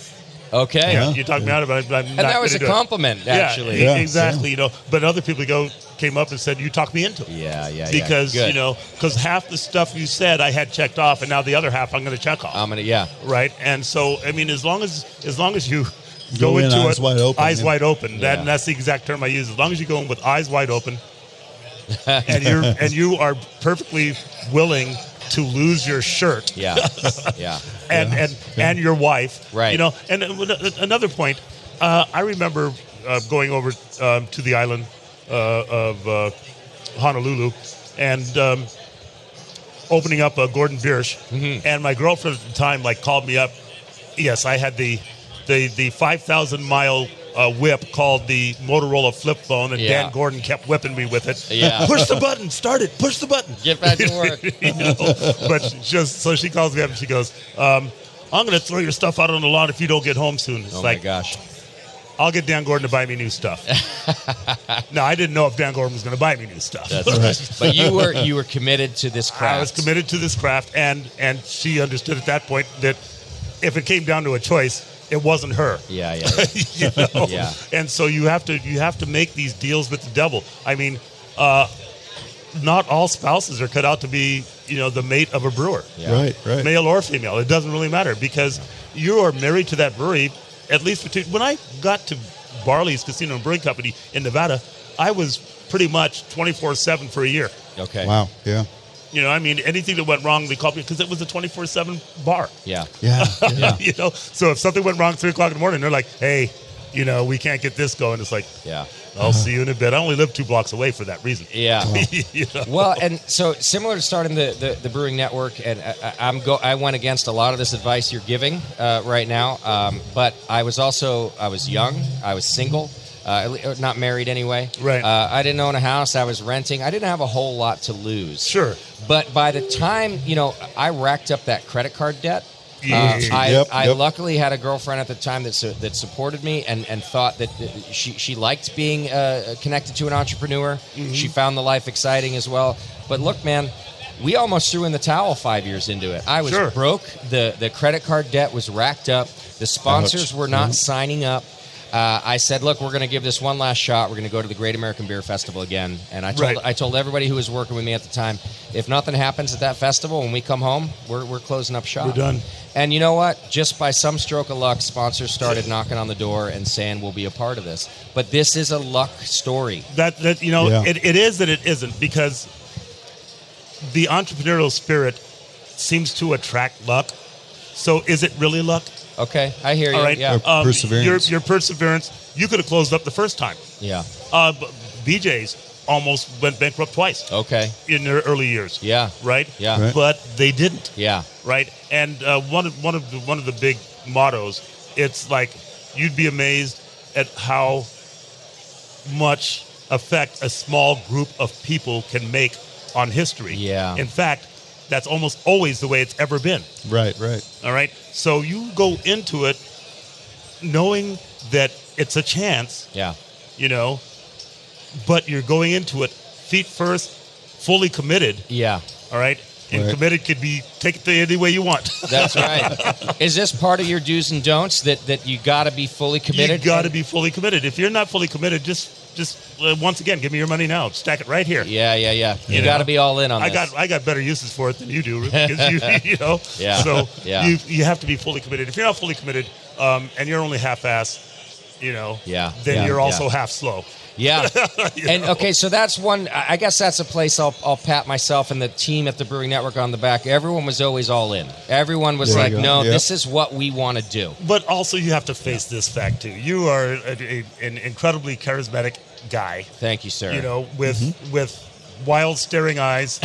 Okay.
Yeah.
You talked me out of it. I'm not
And that was a
gonna do it."
compliment,
Yeah,
actually.
e-
Yeah,
exactly. You know, but other people go came up and said, "You talked me into it."
Yeah, yeah, yeah.
Because
Good.
you know, because half the stuff you said I had checked off, and now the other half I'm going to check off
I'm gonna. Yeah.
right? And so, I mean, as long as as long as you
Go
go,
in
into
eyes
it
wide open,
eyes
yeah.
wide open. That,
Yeah.
that's the exact term I use. As long as you go in with eyes wide open, and you're and you are perfectly willing to lose your shirt
Yeah. yeah.
and and and your wife,
Right.
You know. And uh, with- uh, another point, uh, I remember uh, going over um, to the island uh, of uh, Honolulu, and. Um, Opening up a Gordon Biersch,
Mm-hmm.
and my girlfriend at the time like called me up. Yes, I had the the the five thousand mile uh, whip called the Motorola flip phone, and
Yeah.
Dan Gordon kept whipping me with it.
Yeah.
push the button, start it, push the button.
Get back to work.
You know, but just so she calls me up and she goes, um, "I'm going to throw your stuff out on the lawn if you don't get home soon." It's
Oh
like
my gosh.
I'll get Dan Gordon to buy me new stuff. no, I didn't know if Dan Gordon was going to buy me new stuff.
That's right. but you were you were committed to this craft.
I was committed to this craft, and and she understood at that point that if it came down to a choice, it wasn't her.
Yeah, yeah. yeah.
you know?
Yeah.
And so you have to you have to make these deals with the devil. I mean, uh, not all spouses are cut out to be you know the mate of a brewer,
Yeah.
Right, right.
male or female. It doesn't really matter because you are married to that brewery at least for two. When I got to Barley's Casino and Brewing Company in Nevada, I was pretty much twenty four seven for a year.
Okay.
Wow. Yeah.
You know, I mean, anything that went wrong, they called me because it was a twenty four seven bar.
Yeah.
Yeah. Yeah.
you know, so if something went wrong three o'clock in the morning, they're like, "Hey, you know, we can't get this going." It's like,
Yeah.
I'll
Uh-huh.
see you in a bit. I only live two blocks away for that reason.
Yeah.
you know?
Well, and so similar to starting the, the, the brewing network, and I, I- I'm go I went against a lot of this advice you're giving uh, right now. Um, but I was also I was young, I was single, uh, at le- or not married anyway.
Right.
Uh, I didn't own a house. I was renting. I didn't have a whole lot to lose.
Sure.
But by the time you know, I racked up that credit card debt.
Yeah.
Uh, I,
Yep,
I
yep.
luckily had a girlfriend at the time that su- that supported me and, and thought that that she she liked being uh, connected to an entrepreneur.
Mm-hmm.
She found the life exciting as well. But look, man, we almost threw in the towel five years into it. I was
Sure.
broke. the The credit card debt was racked up. The sponsors
Ouch.
were not
Mm-hmm.
signing up. Uh, I said, "Look, we're going to give this one last shot. We're going to go to the Great American Beer Festival again." And I told
Right.
I told everybody who was working with me at the time, if nothing happens at that festival when we come home, we're, we're closing up shop.
We're done.
Uh, And you know what? Just by some stroke of luck, sponsors started knocking on the door and saying, "We'll be a part of this." But this is a luck story.
that that you know,
Yeah.
it, it is and it isn't because the entrepreneurial spirit seems to attract luck. So is it really luck?
Okay, I hear you.
All right, Um,
Yeah,
Uh, perseverance.
Your, your perseverance. You could have closed up the first time.
yeah.
Uh, but BJ's almost went bankrupt twice
Okay,
in their early years.
Oh. Yeah.
Right.
Yeah.
Right.
But they didn't.
yeah.
right? And uh, one of one of the, one of the big mottos, it's like you'd be amazed at how much effect a small group of people can make on history.
Yeah.
In fact, that's almost always the way it's ever been.
Right. Right.
All right. So you go into it knowing that it's a chance,
Yeah.
you know, but you're going into it feet first, fully committed.
Yeah.
All right. And
Right.
committed could be take it any way you want.
That's right. is this part of your do's and don'ts that that you got to be fully committed?
You got to be fully committed. If you're not fully committed, just just uh, once again, give me your money now. Stack it right here.
Yeah, yeah, yeah. You,
You
got to
know?
be all in on
I
this.
got I got better uses for it than you do because you you know
Yeah.
so
Yeah.
you you have to be fully committed. If you're not fully committed, um, and you're only half ass, you know,
Yeah.
then
Yeah.
you're also
Yeah.
half slow.
Yeah. and okay, so that's one. I I guess that's a place I'll, I'll pat myself and the team at the Brewing Network on the back. Everyone was always all in. Everyone was
There you
like,
go.
no,
Yeah.
this is what we want to do.
But also, you have to face this fact too. You are a, a, an incredibly charismatic guy.
Thank you, sir.
You know, with
Mm-hmm.
with wild staring eyes.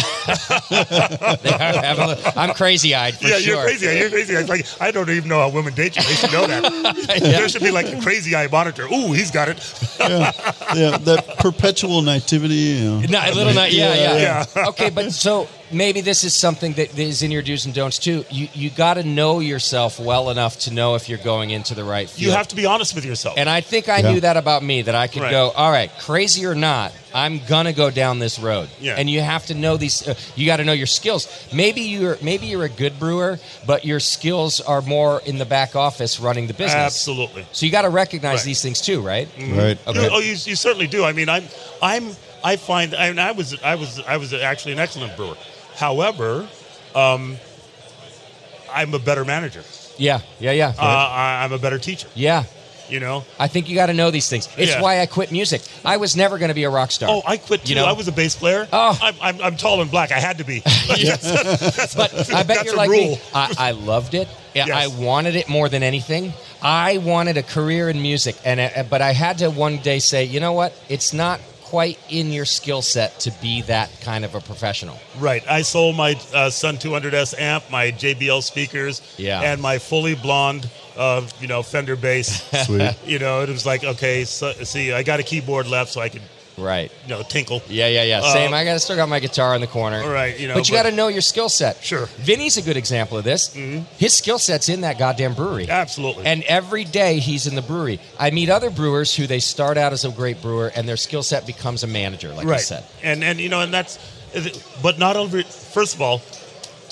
They are- have a- I'm crazy eyed for
yeah,
sure.
you're crazy. You're crazy. It's like I don't even know how women date you. They should know that. There should be like a crazy eye monitor. Ooh, he's got it.
Yeah. That perpetual nativity. You know.
Not, a little night, yeah,
Yeah,
yeah. okay, but so maybe this is something that is in your do's and don'ts too. You you got to know yourself well enough to know if you're going into the right field.
You have to be honest with yourself.
And I think I
Yeah.
knew that about me that I could
Right.
go, all right, crazy or not, I'm gonna go down this road.
Yeah.
And you have to know these. Uh, you got to know your skills. Maybe you're maybe you're a good brewer, but your skills are more in the back office running the business.
Absolutely.
So you got to recognize
Right.
these things too, right?
Right.
Okay.
You- oh, you, you certainly do. I mean, I'm I'm I find I, mean, I was I was I was actually an excellent brewer. However, um, I'm a better manager.
Yeah, yeah, yeah,
Uh, I, I'm a better teacher.
yeah.
You know.
I think you got to know these things. It's
Yeah.
why I quit music. I was never going to be a rock star.
Oh, I quit too.
You know?
I was a bass player.
Oh.
I'm, I'm, I'm tall and black. I had to be.
but I bet
That's
you're
a
like me.
rule.
I, I loved it. Yeah,
Yes.
I wanted it more than anything. uh, I wanted a career in music, and uh, but I had to one day say, you know what? It's not quite in your skill set to be that kind of a professional.
Right. I sold my uh, Sun 200S amp, my JBL speakers,
Yeah.
and my fully blonde, uh, you know, Fender bass.
Sweet.
you know, it was like, okay, so, see, I got a keyboard left so I could,
Right.
you know, tinkle.
Yeah, yeah, yeah.
Uh,
Same. I got still got my guitar in the corner.
All right, you know,
but you
but-
got to know your skill set.
Sure. Mm-hmm.
Vinny's a good example of this. His skill set's in that goddamn brewery.
Absolutely.
And every day he's in the brewery. I meet other brewers who they start out as a great brewer and their skill set becomes a manager, like I
right.
said.
And and you know, and that's, but not over. First of all,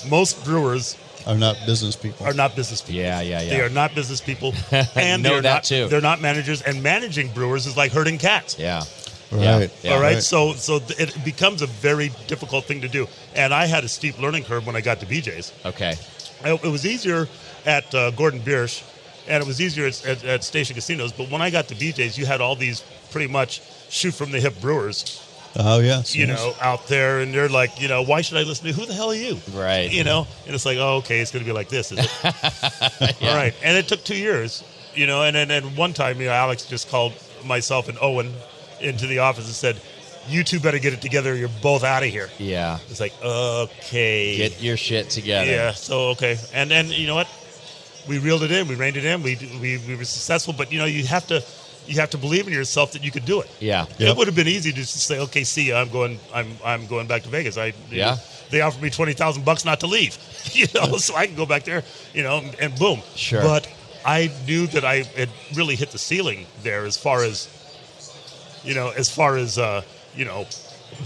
most brewers
Are not business people.
are not business people.
Yeah, yeah, yeah.
They are not business people, and
Know
they're
that
not,
too.
They're not managers, and managing brewers is like herding cats.
Yeah.
Right.
Yeah.
All right?
Right.
so so th- it becomes a very difficult thing to do, and I had a steep learning curve when I got to BJ's.
Okay.
I, it was easier at uh, Gordon Biersch, and it was easier at, at, at Station Casinos. But when I got to BJ's, you had all these pretty much shoot from the hip brewers,
Oh yes.
you
yes.
know, out there, and they're like, you know, why should I listen to who the hell are you?
Right.
You know, and it's like, oh, okay, it's going to be like this, is it? All right. And it took two years, you know, and then and one time, you know, Alex just called myself and Owen into the office and said, you two better get it together. or You're both out of here.
Yeah.
It's like, okay.
Get your shit together.
Yeah. So okay, and and you know what, we reeled it in, we reined it in, we we, we were successful. But you know, you have to you have to believe in yourself that you could do it.
Yeah.
It would have been easy to just say, okay, see, ya, I'm going, I'm I'm going back to Vegas. I
Yeah.
They offered me twenty thousand bucks not to leave, you know, so I can go back there, you know, and boom.
Sure.
But I knew that I had really hit the ceiling there as far as, you know, as far as uh, you know,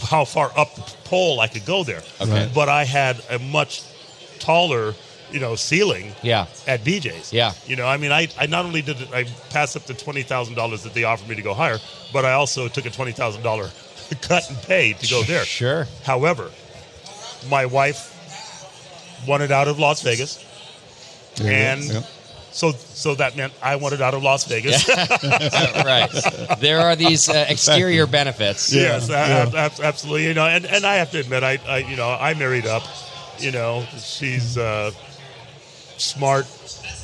how far up the pole I could go there.
Okay. Right.
But I had a much taller, you know, ceiling
Yeah.
at BJ's.
Yeah.
You know, I mean, I, I not only did it, I passed up the twenty thousand dollars that they offered me to go higher, but I also took a twenty thousand dollar cut and pay to go there.
Sure.
However, my wife wanted out of Las Vegas,
There it
and
is. Yep.
so so that meant I wanted out of Las Vegas.
right. There are these uh, exterior benefits.
yes, a- a- ab- absolutely. You know, and, and I have to admit, I, I you know I married up. You know, she's
Mm-hmm.
uh, smart.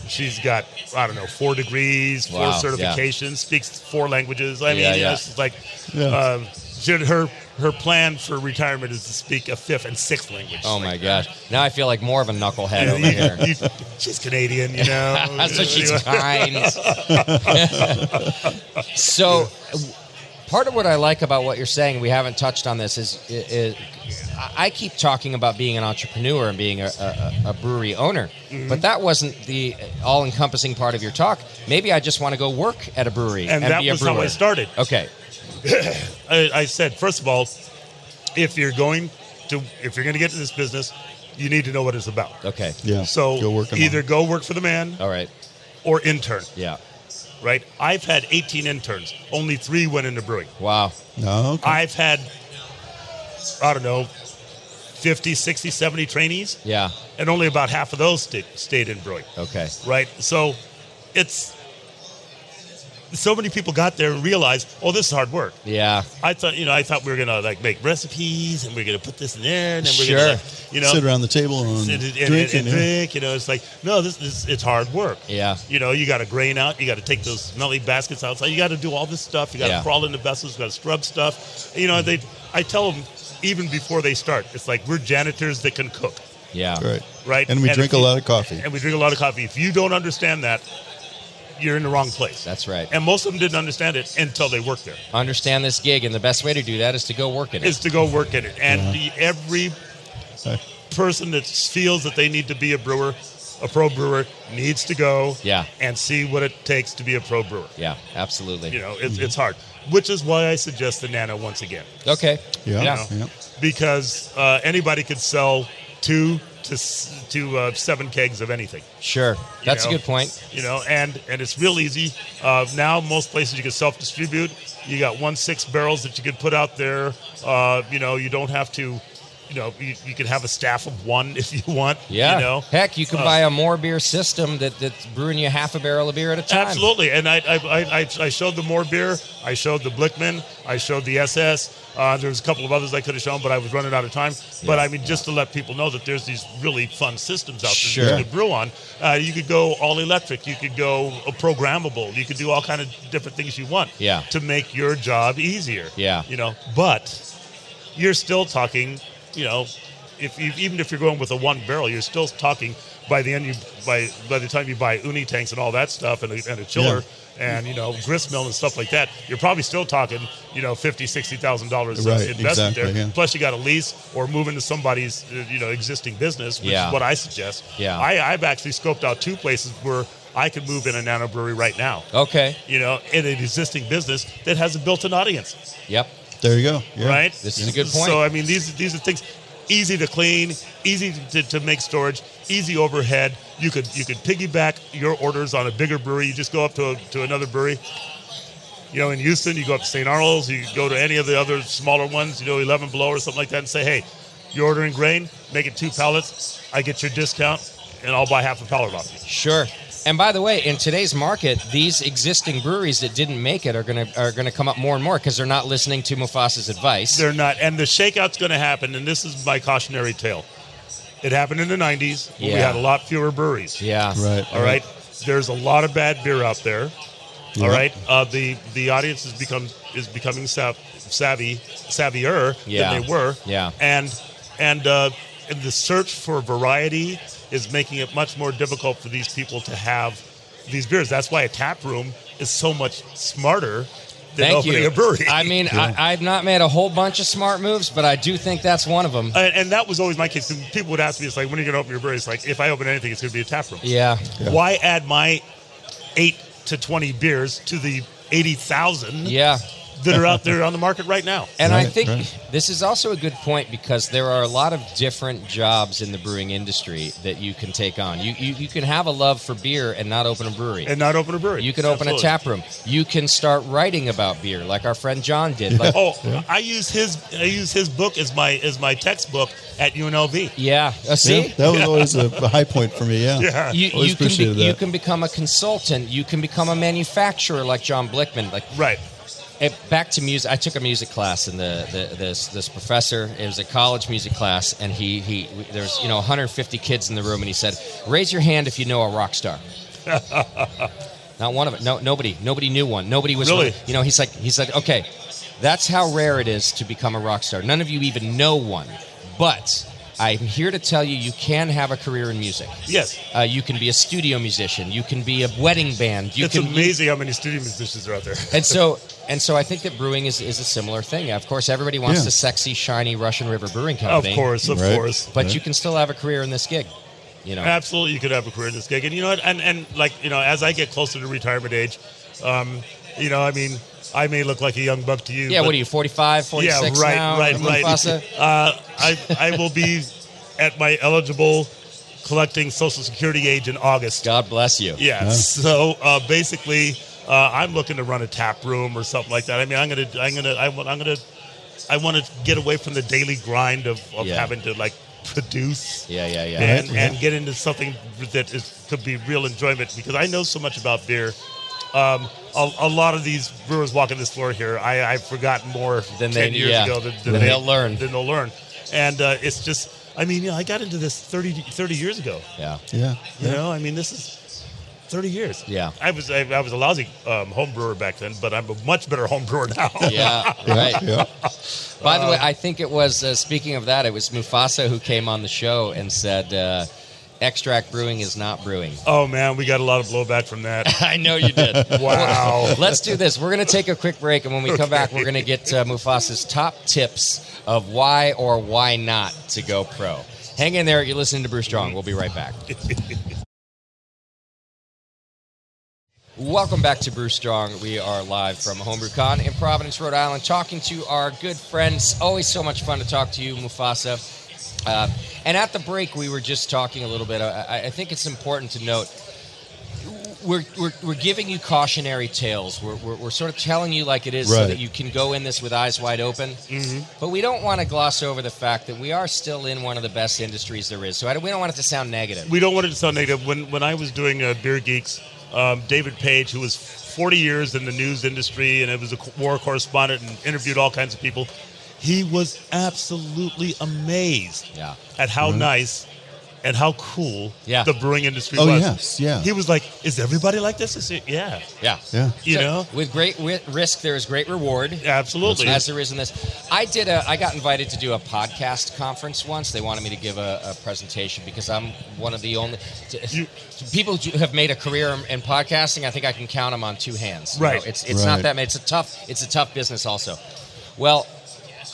She's got I don't know four degrees, four
Wow, yeah.
certifications, speaks four languages. I mean,
Yeah,
you
yeah.
know, it's like
Yeah.
um, she- her her plan for retirement is to speak a fifth and sixth language.
Oh my
Like,
gosh. Now I feel like more of a knucklehead over
you-
here.
you- she's Canadian, you know.
so she's
Anyway.
kind. so, w- part of what I like about what you're saying, we haven't touched on this, is, is I I keep talking about being an entrepreneur and being a, a, a brewery owner,
Mm-hmm.
but that wasn't the all encompassing part of your talk. Maybe I just want to go work at a brewery and,
And that
be a
was
brewer.
how I started.
Okay.
I, I said, first of all, if you're going to if you're going to get to this business, you need to know what it's about.
Okay.
Yeah.
So
go work 'em
either
on.
go work for the man
All right.
or intern,
Yeah.
right? I've had 18 interns. Only three went into brewing.
Wow.
No, Oh, okay.
I've had, I don't know, 50, 60, 70 trainees,
Yeah.
and only about half of those sta- stayed in brewing,
Okay.
right? So it's so many people got there and realized, oh, this is hard work.
Yeah.
I thought, you know, I thought we were gonna like make recipes and we are gonna put this in there and then we're
Sure.
gonna, like, you know,
sit around the table and,
and, and- and-
drink
and
and,
drink. You know, it's like no, this is it's hard work.
Yeah.
You know, you got to grain out. You got to take those smelly baskets outside. You got to do all this stuff. You got to
Yeah.
crawl into vessels. You got to scrub stuff. You know, they. I tell them even before they start, it's like we're janitors that can cook,
Yeah.
right,
right?
and we drink
if
a
you-
lot of coffee.
And we drink a lot of coffee. If you don't understand that, you're in the wrong place.
That's right.
And most of them didn't understand it until they worked there.
Understand this gig, and the best way to do that is to go work in it.
Is to go work in it, and the, every
Sorry.
person that feels that they need to be a brewer, a pro brewer, needs to go
Yeah.
and see what it takes to be a pro brewer.
Yeah, Mm-hmm. absolutely.
You know, it's, it's hard, which is why I suggest the Nano once again,
Okay.
Yeah.
Yeah. because uh, anybody could sell two to s- to uh, seven kegs of anything.
Sure.
you
That's
know?
a good point.
You know, and and it's real easy. Uh, now most places you can self distribute. You got one six barrels that you can put out there. Uh, you know, you don't have to you know, you, you can have a staff of one if you want.
Yeah.
You know?
Heck, you can
Uh,
buy a more beer system that, that's brewing you half a barrel of beer at a time.
Absolutely, and I, I, I, I- I showed the more beer. I showed the Blickman. I showed the SS. Uh, there's a couple of others I could have shown, but I was running out of time. But I mean, just to let people know that there's these really fun systems out there
Sure.
that you could brew on. Uh, you could go all electric. You could go uh, programmable. You could do all kind of different things you want.
Yeah.
To make your job easier.
Yeah.
You know, but you're still talking, you know, if you, even if you're going with a one barrel, you're still talking by the end you by by the time you buy uni tanks and all that stuff and a, and a chiller and you know grist mill and stuff like that, you're probably still talking you know fifty sixty thousand dollars
Right,
investment
exactly,
there.
yeah.
Plus you got a lease or move into somebody's uh, you know existing business, which
Yeah.
is what I suggest.
Yeah.
I, I've actually scoped out two places where I could move in a nano brewery right now.
Oh.
Okay.
You know, in an existing business that has a built-in audience
Yep.
There you go. Yeah.
right?
This is a good point.
So I mean, these these are things easy to clean, easy to, to make storage, easy overhead. You could you could piggyback your orders on a bigger brewery. You just go up to a, to another brewery. You know, in Houston, you go up to St. Arnold's, you go to any of the other smaller ones, you know, 11 Below or something like that, and say, hey, you're ordering grain, make it two pallets, I get your discount, and I'll buy half a pallet off you.
Sure. And by the way, in today's market, these existing breweries that didn't make it are gonna are gonna come up more and more because they're not listening to Mufasa's advice.
They're not. And the shakeout's going to happen. And this is my cautionary tale. It happened in the 90s when we
Yeah.
had a lot fewer breweries.
yeah.
Right.
All right. There's a lot of bad beer out there. All right. Uh, the the audience has become is becoming sav- savvy savvier
Yeah.
than they were.
Yeah.
And and, uh, and the search for variety is making it much more difficult for these people to have these beers. That's why a tap room is so much smarter than
Thank
opening
you.
a brewery.
I mean, I, I've not made a whole bunch of smart moves, but I do think that's one of them.
And, and that was always my case. People would ask me, "It's like when are you going to open your brewery?" It's like if I open anything, it's going to be a tap room.
yeah.
Why add my eight to twenty beers to the eighty thousand
Yeah.
that are out there on the market right now?
And I
Right,
think
right.
this is also a good point because there are a lot of different jobs in the brewing industry that you can take on. You you, you can have a love for beer and not open a brewery.
And not open a brewery.
you can open a
Absolutely.
tap room. You can start writing about beer, like our friend John did. Like,
Oh, I use his I use his book as my as my textbook at UNLV.
yeah. Uh, see,
Yeah, that was always a, a high point for me. Yeah.
Yeah.
you, you
Always
can be,
appreciated
you
that.
can become a consultant. You can become a manufacturer, like John Blickman. Like
Right.
Eh, back to music. I took a music class, and the, the this this professor it was a college music class, and he he there's you know 150 kids in the room, and he said, "Raise your hand if you know a rock star." Not one of it. No, nobody. Nobody knew one. Nobody was.
Really?
You know, he's like he's like okay, that's how rare it is to become a rock star. None of you even know one, but. I'm here to tell you, you can have a career in music.
Yes.
uh, you can be a studio musician. You can be a wedding band. You
it's
can you-
amazing how many studio musicians are out there.
and so and so I think that brewing is, is a similar thing. Of course, everybody wants
Yeah.
the sexy, shiny Russian River Brewing
Of
Company.
course, of
Right.
course.
But you can still have a career in this gig. You know.
Absolutely, you could have a career in this gig. And you know what? And and like you know, as I get closer to retirement age, um, you know, I mean, I may look like a young buck to you.
yeah,
but
what are you, 45, 46
yeah, right,
now?
right, right.
Mufasa?
Uh, I I will be at my eligible collecting Social Security age in August.
God bless you.
Yeah. So uh, basically, uh, I'm looking to run a tap room or something like that. I mean, I'm gonna, I'm gonna, I want, I'm gonna, I want to get away from the daily grind of, of
Yeah.
having to like produce
Yeah, yeah, yeah.
and,
Right,
and
right.
get into something that is, could be real enjoyment because I know so much about beer. Um, a, a lot of these brewers walking this floor here, I, I've forgotten more
Than
than
they-
10 years
yeah.
ago than,
Than they'll learn.
Than they'll learn. And uh, it's just, I mean, you know, I got into this 30, 30 years ago.
Yeah.
Yeah.
You know, I mean, this is 30 years.
Yeah.
I was I, I was a lousy um, home brewer back then, but I'm a much better home brewer now.
Yeah, right.
Yeah.
By the way, I think it was, uh, speaking of that, it was Mufasa who came on the show and said, uh, extract brewing is not brewing.
Oh man, we got a lot of blowback from that.
I know you did.
Wow.
Let's do this. We're going to take a quick break, and when we come back, we're going to get uh, Mufasa's top tips of why or why not to go pro. Hang in there. You're listening to Bruce Strong. We'll be right back. Welcome back to Bruce Strong. We are live from HomebrewCon in Providence, Rhode Island, talking to our good friends. Always so much fun to talk to you, Mufasa. Uh, and at the break, we were just talking a little bit. I, I think it's important to note we're, we're, we're giving you cautionary tales. We're, we're, we're sort of telling you like it is so
Right.
that you can go in this with eyes wide open. Mm-hmm. But we don't want to gloss over the fact that we are still in one of the best industries there is. So I, don't- we don't want it to sound negative.
we don't want it to sound negative. When when I was doing uh, Beer Geeks, um, David Page, who was 40 years in the news industry and it was a co- war correspondent and interviewed all kinds of people, he was absolutely amazed
Yeah.
at how nice and how cool
Yeah.
the brewing industry
Oh,
was.
yes, yeah.
He was like, "Is everybody like this?" I said, "Yeah,
Yeah.
Yeah.
you
So,
know,
with great wi- risk, there is great reward.
absolutely."
As there is in this, I did. A, I got invited to do a podcast conference once. They wanted me to give a, a presentation because I'm one of the only to,
You-
to people who have made a career in, in podcasting. I think I can count them on two hands. You
Right.
know, it's it's
Right.
not that. ma- It's a tough. It's a tough business. Also, well.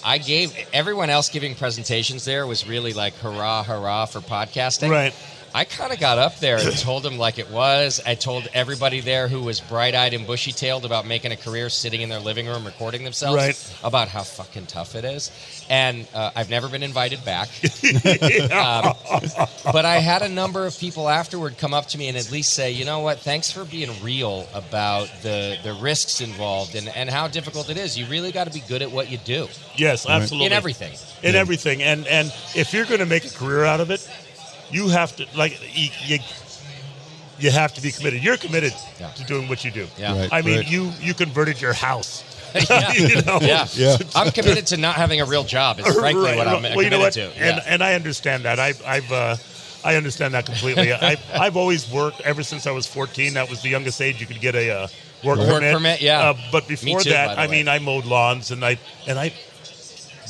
I gave everyone else giving presentations there was really like hurrah hurrah for podcasting.
Right.
I kind of got up there and told them like it was. I told everybody there who was bright eyed and bushy tailed about making a career sitting in their living room recording themselves
Right.
about how fucking tough it is. And uh, I've never been invited back.
Uh,
um, but I had a number of people afterward come up to me and at least say, you know what, thanks for being real about the, the risks involved and, and how difficult it is. You really got to be good at what you do
yes, absolutely.
in everything.
in everything. And and if you're going to make a career out of it, you have to like you you, you have to be committed. You're committed
Yeah.
to doing what you do.
Yeah. Right,
I mean,
right.
you you converted your house.
yeah.
you know?
Yeah.
Yeah.
I'm committed to not having a real job. Is frankly
Right.
what I'm
well,
committed
you know what?
to.
And
Yeah.
and I understand that. I I've uh, I understand that completely. I I've always worked ever since I was 14. That was the youngest age you could get a uh, work,
Work permit, yeah.
Uh, but before
too, by
that,
the
I
way.
mean, I mowed lawns and I and I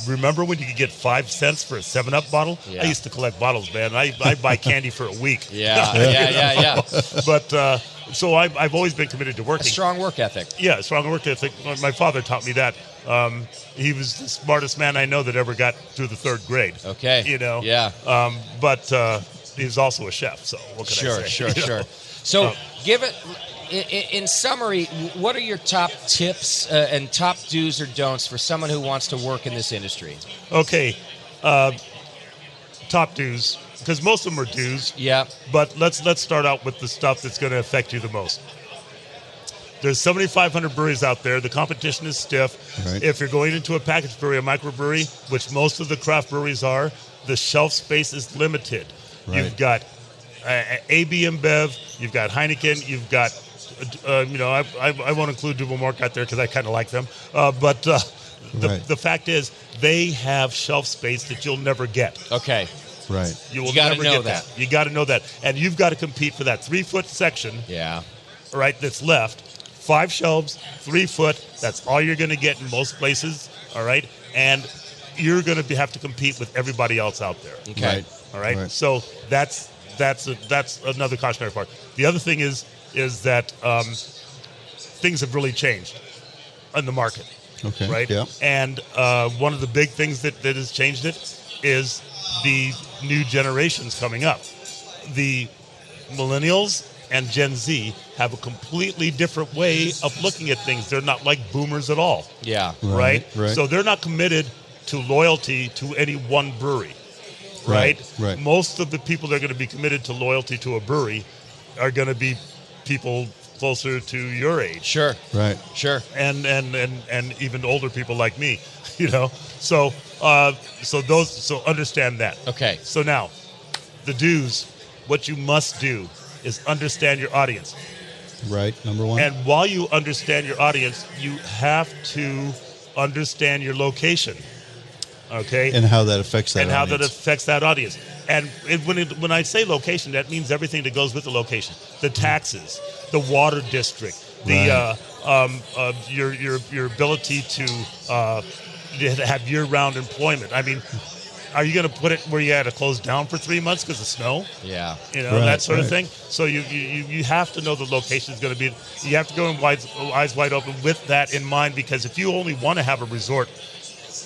remember when you could get five cents for a Seven Up bottle.
Yeah.
I used to collect bottles, man. I I buy candy for a week.
Yeah, yeah, yeah, yeah.
But uh, so I've I've always been committed to
A
working.
strong work ethic.
Yeah, strong work ethic. My- My father taught me that. Um, he was the smartest man I know that ever got through the third grade.
Okay.
You know.
Yeah.
Um, but uh, he's also a chef, so what can I
Sure,
say?
sure,
You know?
sure. So,
Um,
give it. i- i- In summary, what are your top tips uh, and top do's or don'ts for someone who wants to work in this industry?
Okay. Uh, top dues, because most of them are dues.
Yeah,
But let's let's start out with the stuff that's going to affect you the most. There's 7,500 breweries out there. The competition is stiff.
Right.
If you're going into a package brewery, a microbrewery, which most of the craft breweries are, the shelf space is limited. You've
Right.
got uh, AB InBev, you've got Heineken, you've got, uh, you know, I, I, I won't include Double Mark out there because I kind of like them. Uh, but uh, the,
Right.
the fact is, they have shelf space that you'll never get.
okay.
Right.
You will
You gotta
never
know
get that. You got to know that, and you've got to compete for that three foot section,
Yeah.
right? That's left, five shelves, three foot. That's all you're going to get in most places. All right, and you're going to be, have to compete with everybody else out there.
Okay.
Right.
All right? So that's that's a, that's another cautionary part. The other thing is is that um, things have really changed in the market.
Okay,
Right.
yeah.
And uh, one of the big things that, that has changed it is the new generations coming up. The millennials and Gen Z have a completely different way of looking at things. They're not like boomers at all
Yeah.
right?
Right, right.
So they're not committed to loyalty to any one brewery, right?
Right, right.
Most of the people that are going to be committed to loyalty to a brewery are going to be people closer to your age,
Sure.
Right.
Sure.
and and and and even older people like me, you know. So uh, so those so understand that.
Okay.
So now, the dues. What you must do is understand your audience.
Right. Number one.
And while you understand your audience, you have to understand your location. Okay?
And how that affects that.
And how that
audience.
affects that audience. And it, when, it, when I say location, that means everything that goes with the location the taxes, the water district, the.
Mm-hmm. Right.
Uh, um, uh, your your your ability to uh, to have year round employment. I mean, are you going to put it where you had to close down for three months because of snow?
Yeah.
you know
Right,
that sort of
right.
thing. So you, you you- you have to know the location is going to be. You have to go in wide, eyes wide open with that in mind because if you only want to have a resort,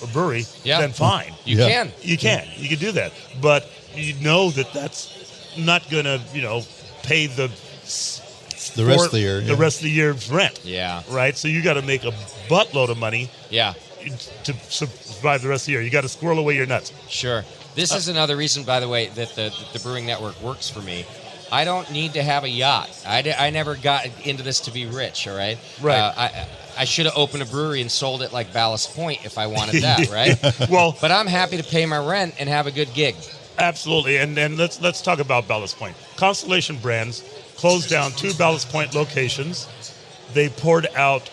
a brewery,
Yeah.
then fine,
You
Yeah.
can.
you can you can do that. But you know that that's not going to you know pay the s-
The rest
for-
of the year,
the
yeah.
rest of the year's rent.
Yeah.
right. So you got to make a buttload of money
Yeah.
to survive the rest of the year. You got to squirrel away your nuts.
Sure. This is another reason, by the way, that the, that the Brewing Network works for me I don't need to have a yacht. I, di- I never got into this to be rich. All right.
Right.
Uh, I I should have opened a brewery and sold it like Ballast Point if I wanted that. Right.
Well-
but I'm happy to pay my rent and have a good gig.
Absolutely, and and let's let's talk about Ballast Point. Constellation Brands closed down two Ballast Point locations. They poured out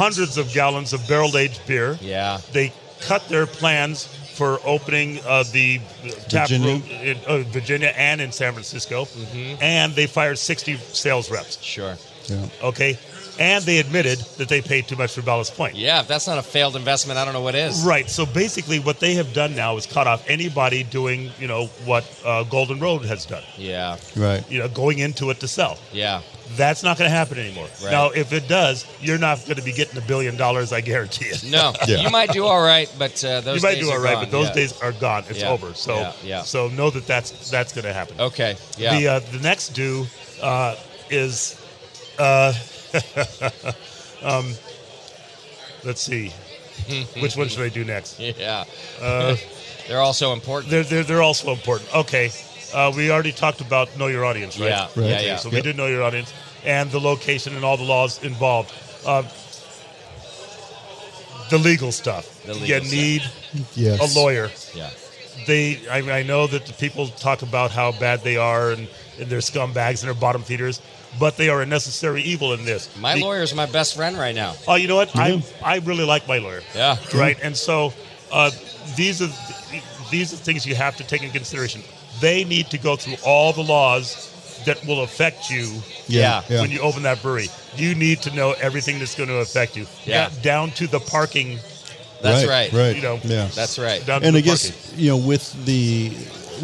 hundreds of gallons of barrel-aged beer.
Yeah.
They cut their plans for opening uh, the tap
Virginia?
room in uh, Virginia and in San Francisco,
Mm-hmm.
and they fired 60 sales reps.
Sure.
Yeah.
Okay, and they admitted that they paid too much for Ballast Point.
Yeah. If that's not a failed investment, I don't know what is.
Right. So basically, what they have done now is cut off anybody doing, you know, what uh, Golden Road has done.
Yeah.
Right.
you know, going into it to sell.
Yeah.
That's not going to happen anymore.
Right.
Now, if it does, you're not going to be getting a billion dollars. I guarantee it.
No.
Yeah.
You might do all right, but uh,
You
those
might
days
do all
are
right,
gone.
but those
Yeah.
days are gone. It's
Yeah.
over. So,
Yeah. Yeah.
so know that that's that's going to happen.
Okay. Yeah.
The uh, the next due uh, is, uh, um, let's see, which one should I do next?
yeah.
uh,
They're also important.
They're they're, they're also important. Okay, uh, we already talked about know your audience, right?
Yeah.
Right.
Yeah.
Okay,
Yeah.
So we
Yep.
did know your audience and the location and all the laws involved. Uh, the legal stuff.
The legal
you
stuff.
need
Yes.
a lawyer.
yeah.
They, I, I know that the people talk about how bad they are and, and they're scumbags and they're bottom feeders, but they are a necessary evil in this.
My
Be-
lawyer's my best friend right now.
Oh, you know what? I I really like my lawyer
Yeah.
right? And so uh, these are these are things you have to take into consideration. They need to go through all the laws that will affect you
Yeah.
Yeah.
when you open that brewery. You need to know everything that's going to affect you.
Yeah.
Got down to the parking.
That's right.
Right.
You know,
yeah.
That's right.
Down
and
to
I
the
guess
parking.
you know with the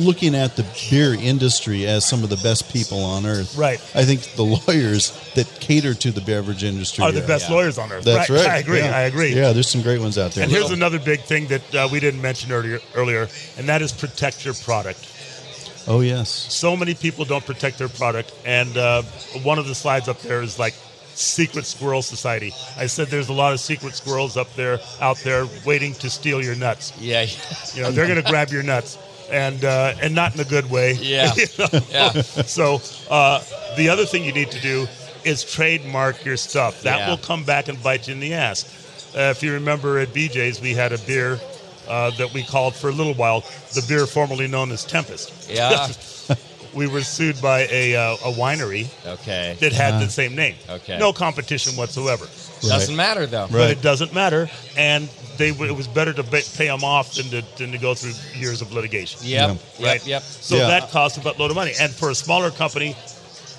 looking at the beer industry as some of the best people on earth.
Right.
I think the lawyers that cater to the beverage industry
are the best
Yeah.
lawyers on earth.
That's right.
I agree.
Yeah.
I agree.
Yeah, there's some great ones out there.
And here's another big thing that uh, we didn't mention earlier, earlier, and that is protect your product.
oh yes.
so many people don't protect their product and uh, one of the slides up there is like secret squirrel society i said there's a lot of secret squirrels up there out there waiting to steal your nuts
Yeah.
you know they're going to grab your nuts and uh, and not in a good way
Yeah. Yeah.
so uh, the other thing you need to do is trademark your stuff that
Yeah.
will come back and bite you in the ass uh, if you remember at bj's we had a beer uh, that we called for a little while the beer formerly known as tempest
Yeah.
we were sued by a, uh, a winery
Okay.
that had the same name.
Uh-huh. Okay.
No competition whatsoever.
Doesn't matter though.
But
Right.
it doesn't matter. And they w- it was better to ba- pay them off than to, than to go through years of litigation.
Yep. Yep.
Right?
Yep.
So
Yeah.
that cost a buttload of money. And for a smaller company,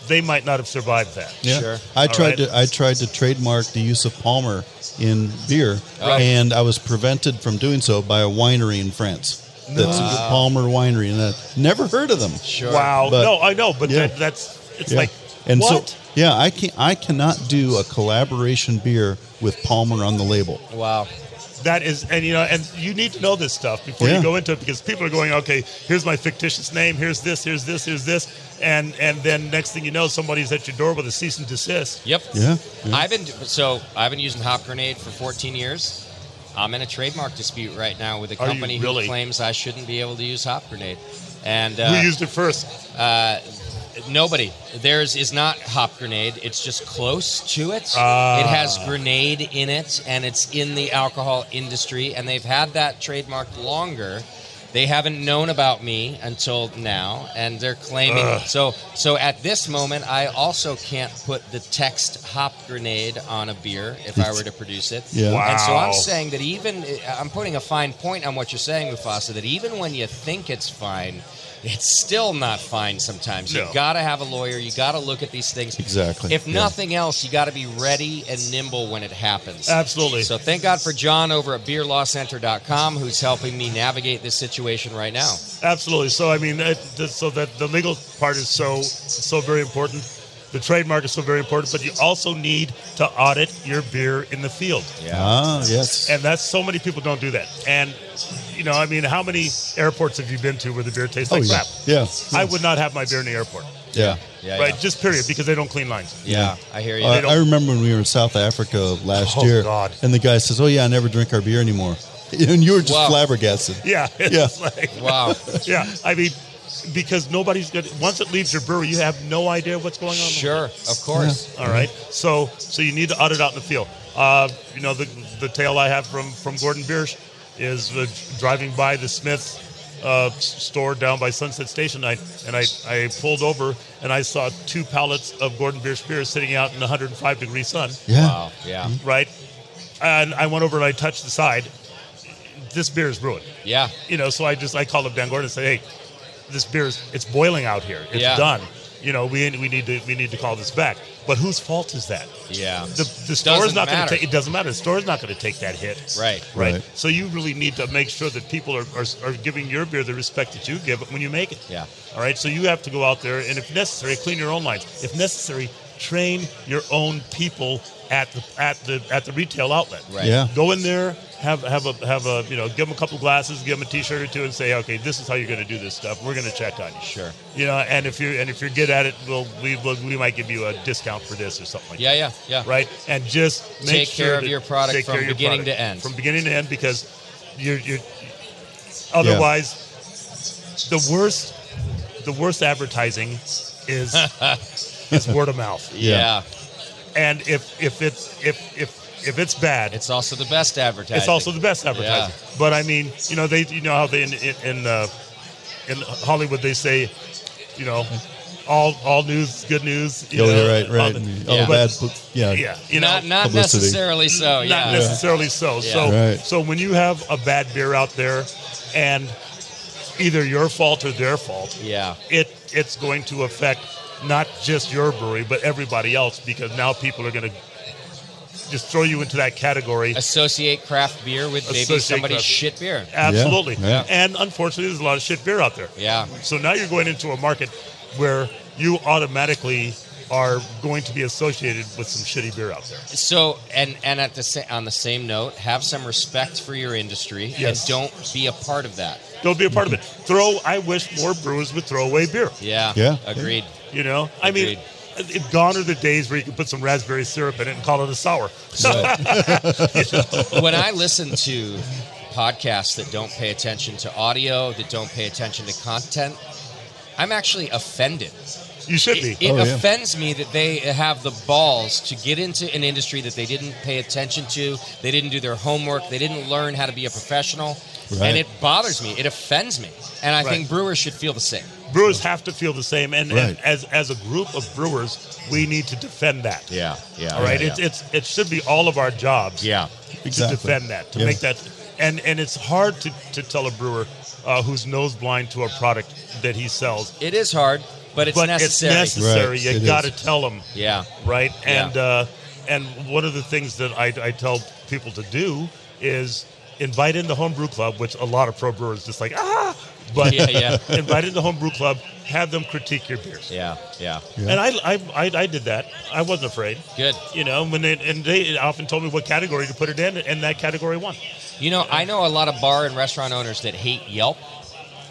they might not have survived that.
Yeah.
Sure.
I
All
tried
right.
to I tried to trademark the use of Palmer in beer,
Right.
and I was prevented from doing so by a winery in France. That's a good Palmer winery, and I never heard of them.
Sure.
Wow.
But-
no, I know, but
Yeah.
that, that's, it's
Yeah.
like,
and
what?
so yeah, I can I cannot do a collaboration beer with Palmer on the label.
Wow.
That is, and you know, and you need to know this stuff before
Yeah.
you go into it because people are going, okay, here's my fictitious name, here's this, here's this, here's this, and and then next thing you know, somebody's at your door with a cease and desist.
Yep.
Yeah. yeah.
I've been so I've been using Hop Grenade for 14 years. I'm in a trademark dispute right now with a
Are you
company
really?
who claims I shouldn't be able to use Hop Grenade, and
Who
uh,
used it first?
uh, nobody. Theirs is not Hop Grenade. It's just close to it.
Ah.
It has grenade in it, and it's in the alcohol industry, and they've had that trademarked longer. They haven't known about me until now, and they're claiming. So, so at this moment, I also can't put the text "hop grenade" on a beer if I were to produce it.
Yeah.
Wow.
And so I'm saying that even I'm putting a fine point on what you're saying, Mufasa. That even when you think it's fine, it's still not fine. Sometimes
No.
you got to have a lawyer. You got to look at these things
Exactly.
If
Yeah.
nothing else, you got to be ready and nimble when it happens.
Absolutely.
So thank God for John over at BeerLawCenter.com who's helping me navigate this situation right now.
Absolutely. So I mean, it, the, so that the legal part is so so very important. The trademark is so very important, but you also need to audit your beer in the field.
ah yes.
And that's so many people don't do that. And you know, I mean, how many airports have you been to where the beer tastes like
Oh, yeah.
crap?
yeah.
I would not have my beer in the airport.
Yeah.
Yeah.
right,
Yeah.
just period, because they don't clean lines.
Yeah, I hear you.
Uh,
They don't-
I remember when we were in South Africa last
Oh,
year,
God.
and the guy says, "Oh yeah, I never drink our beer anymore," and you were just
Wow.
flabbergasted.
Yeah,
Yeah.
it's like-
wow.
yeah. I mean, because nobody's going. to Once it leaves your brewery, you have no idea what's going on.
Sure, of course.
All right. So so you need to audit out in the field. Uh, you know the the tale I have from from Gordon Biersch is uh, driving by the Smith uh, s- store down by Sunset Station. I and I, I pulled over and I saw two pallets of Gordon Biersch beer sitting out in 105 degree sun.
Yeah.
Wow. Yeah.
Right. And I went over and I touched the side. This beer is brewing
Yeah.
you know, so I just I called up Dan Gordon and said, "Hey, this beer is it's boiling out here. It's
Yeah.
done. You know, we we need to we need to call this back." But whose fault is that?
Yeah.
The, the store's
Doesn't
not going to
matter.
take. It doesn't matter. The store's not going to take that hit.
Right.
right.
Right.
So you really need to make sure that people are, are are giving your beer the respect that you give it when you make it.
Yeah.
All right. So you have to go out there and, if necessary, clean your own lines. If necessary, train your own people at the at the at the retail outlet.
Right.
Yeah.
Go in there, have have a have a you know, give them a couple glasses, give them a T-shirt or two, and say, okay, this is how you're going to do this stuff. We're going to check on you.
Sure.
You know, and if you and if you're good at it, we'll we will, we might give you a discount for this or something like
Yeah. Yeah. Yeah.
that. Right. And just make
Take
sure
care of
that-
your product
take
from
care of your
beginning
product
to end.
From beginning to end, because you're you're otherwise the worst the worst advertising is is word of mouth.
Yeah.
And if if it's if if if it's bad,
It's also the best advertising.
it's also the best advertising. But I mean, you know, they you know how they in in in, uh, in Hollywood they say, you know, all all news good news. You
Oh,
know,
yeah, right,
all
right.
the-
All
Yeah.
the bad, yeah,
yeah, you know,
not not
publicity.
necessarily so. Yeah.
not necessarily so.
Yeah.
So
Right.
so when you have a bad beer out there, and either your fault or their fault,
Yeah.
it it's going to affect not just your brewery but everybody else because now people are going to just throw you into that category
Associate craft beer with maybe
Associate
somebody's
craft beer.
shit beer.
Absolutely.
Yeah.
And unfortunately, there's a lot of shit beer out there.
Yeah.
So now you're going into a market where you automatically are going to be associated with some shitty beer out there.
So and and at the sa- on the same note, have some respect for your industry
Yes.
and don't be a part of that.
Don't be a part of it.
Mm-hmm.
Throw. I wish more brewers would throw away beer.
Yeah.
Yeah.
Agreed.
You know. I mean.
Agreed.
it- Gone are the days where you can put some raspberry syrup in it and call it a sour.
when I listen to podcasts that don't pay attention to audio, that don't pay attention to content, I'm actually offended.
You should be.
It, it
Oh, yeah.
offends me that they have the balls to get into an industry that they didn't pay attention to, they didn't do their homework, they didn't learn how to be a professional.
Right.
And it bothers me. It offends me. And I
Right.
think brewers should feel the same.
Brewers have to feel the same, and, and
Right.
as as a group of brewers, we need to defend that.
Yeah. Yeah.
All right. It's it's it should be all of our jobs.
Exactly.
to defend that, to
Yeah.
make that, and and it's hard to, to tell a brewer uh, who's nose blind to a product that he sells,
It is hard, but it's
but
necessary.
it's necessary.
Right,
You
it
got to
is.
tell him,
Yeah.
right?
Yeah.
And uh, and one of the things that I, I tell people to do is invite in the homebrew club, which a lot of pro brewers just like ah, but
Yeah, yeah.
invite in the homebrew club, have them critique your beers.
Yeah. Yeah.
Yeah.
And I, I, I, I did that. I wasn't afraid.
Good.
You know, when they, and they often told me what category to put it in, and that category won.
You know, I know a lot of bar and restaurant owners that hate Yelp.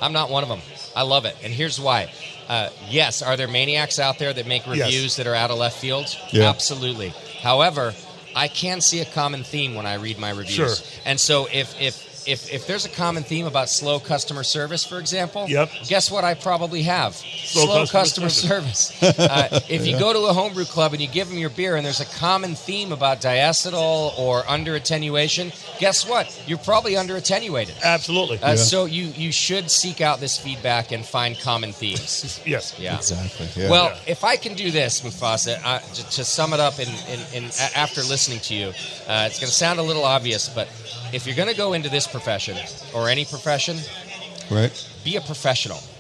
I'm not one of them. I love it, and here's why. Uh, yes, are there maniacs out there that make reviews that are out of left field?
Yeah.
Absolutely. However, I can see a common theme when I read my reviews.
Sure.
And so if if if if there's a common theme about slow customer service, for example,
Yep.
guess what I probably have? Slow,
customer
customer, service. uh, if you go to a homebrew club and you give them your beer and there's a common theme about diacetyl or under attenuation, guess what? You're probably under attenuated.
Absolutely.
Uh, So you you should seek out this feedback and find common themes.
yes.
Yeah.
Exactly. Yeah.
Well,
Yeah.
if I can do this, Mufasa, uh, to, to sum it up in, in, in a- after listening to you, uh, it's going to sound a little obvious, but if you're going to go into this profession or any profession,
right.
be a professional.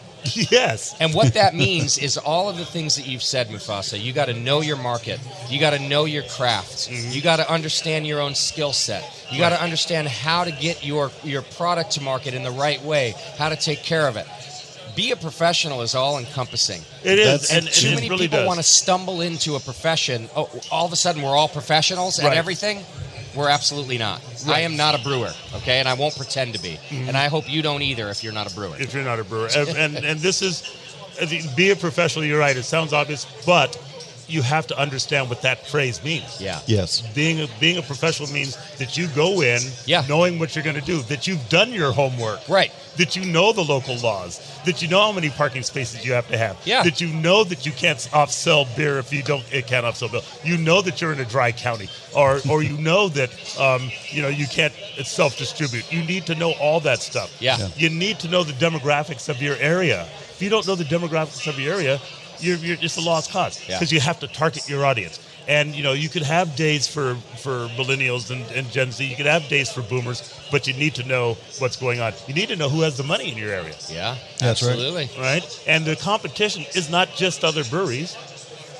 Yes.
And what that means is all of the things that you've said, Mufasa. You got to know your market. You got to know your craft.
Mm-hmm.
You got to understand your own skill set. You got to understand how to get your your product to market in the right way. How to take care of it. Be a professional is all encompassing.
It is.
That's-
And, and
Too
it
many
really
people
does.
want to stumble into a profession. Oh, all of a sudden we're all professionals at
Right.
everything. We're absolutely not. I am not a brewer, okay, and I won't pretend to be. And I hope you don't either if you're not a brewer.
Mm-hmm. if you're not a brewer. And, and, and this is, be a professional, you're right. It sounds obvious, but you have to understand what that phrase means.
Yeah.
Yes.
Being a, being a professional means that you go in
Yeah.
knowing what you're going to do, that you've done your homework.
Right.
that you know the local laws, that you know how many parking spaces you have to have,
Yeah.
that you know that you can't offsell beer if you don't it can't offsell beer. You know that you're in a dry county, or or you know that um, you know you can't self distribute. You need to know all that stuff.
Yeah. Yeah.
you need to know the demographics of your area. If you don't know the demographics of your area, you're, you're it's a lost cause
Yeah.
because you have to target your audience. And you know you could have days for for millennials and, and Gen Z. You could have days for boomers, but you need to know what's going on. You need to know who has the money in your area
Yeah,
That's right.
absolutely.
right? And the competition is not just other breweries.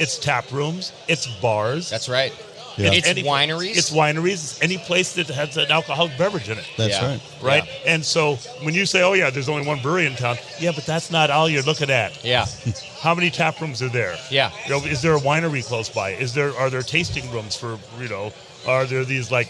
It's tap rooms. It's bars.
That's right.
Yeah.
It's
any-
wineries.
It's wineries. It's any place that has an alcoholic beverage in it,
That's
Yeah.
right.
right?
Yeah.
And so when you say, "Oh yeah, there's only one brewery in town," yeah, but that's not all you're looking at.
Yeah.
How many tap rooms are there?
Yeah.
You know, is there a winery close by? Is there are there tasting rooms for you know? Are there these like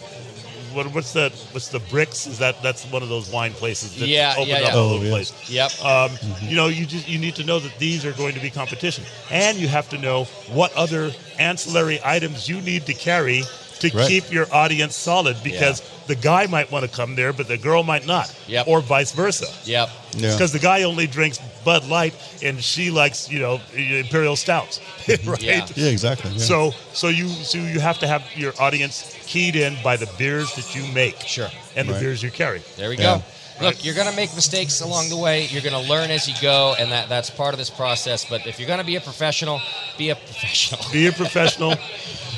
what, what's that? What's the bricks? Is that that's one of those wine places that's
Yeah,
opened
yeah,
up
yeah.
all
Oh,
over the
yeah.
place?
Yep.
Um, You know, you just you need to know that these are going to be competition, and you have to know what other ancillary items you need to carry to
Right.
keep your audience solid because the guy might want to come there, but the girl might not,
Yep.
or vice versa.
Yep.
Yeah.
Because the guy only drinks Bud Light and she likes, you know, Imperial Stouts, right?
Yeah.
Yeah, exactly. yeah.
So, so you, so you have to have your audience keyed in by the beers that you make,
Sure.
and the
Right.
beers you carry.
There we
Yeah.
go. Look, you're going to make mistakes along the way. You're going to learn as you go, and that, that's part of this process. But if you're going to be a professional, be a professional.
Be a professional.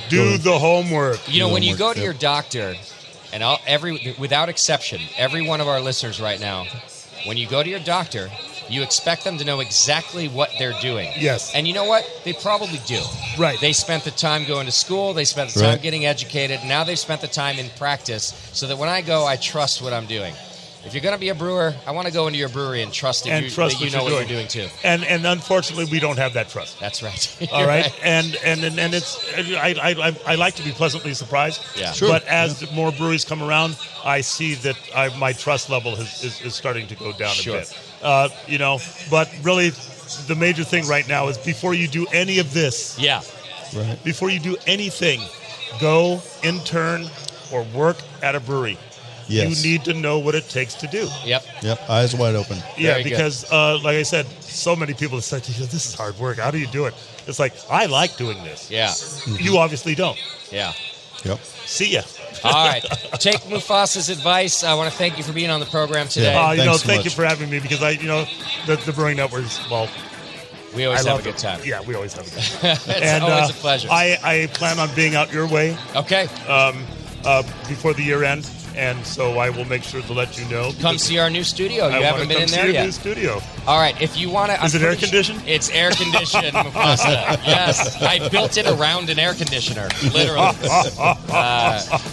do the homework.
You know, when you go
homework,
to
yeah.
your doctor, and I'll, every without exception, every one of our listeners right now, when you go to your doctor, you expect them to know exactly what they're doing.
Yes.
And you know what? They probably do.
Right.
They spent the time going to school. They spent the time
Right.
getting educated. Now they've spent the time in practice, so that when I go, I trust what I'm doing. If you're going to be a brewer, I want to go into your brewery and trust that
and
you,
trust
that you
what
know
you're
what you're doing too.
And and unfortunately, we don't have that trust.
That's right.
All
You're
right, and and and, and it's I, I I- I like to be pleasantly surprised.
Yeah.
Sure.
But as more breweries come around, I see that I, my trust level has, is is starting to go down
Sure.
a bit. Uh, you know, but really, the major thing right now is before you do any of this,
Yeah.
Right.
before you do anything, go intern or work at a brewery.
Yes.
You need to know what it takes to do.
Yep.
Yep. Eyes wide open.
Yeah,
Very good.
because uh, like I said, so many people have said, "You know, "This is hard work. How do you do it?" It's like I like doing this.
Yeah. Mm-hmm.
You obviously don't.
Yeah.
Yep.
See ya.
All right. Take Mufasa's advice. I want to thank you for being on the program today.
Uh, you know,
thanks so
thank
much.
you for having me because I, you know, the, the Brewing Network's well,
we always
I
have
love
a good
it.
time.
Yeah, we always have a good time.
It's always
uh,
a pleasure.
I, I plan on being out your way
okay.
um, uh, before the year end, and so I will make sure to let you know.
Come see our new studio. You
I
haven't
wanna
been
come
in
see
there
your
yet.
New studio.
All right. If you want to,
Is it air conditioned?
It's air conditioned, Mufasa. Yes, I built it around an air conditioner, literally. Uh,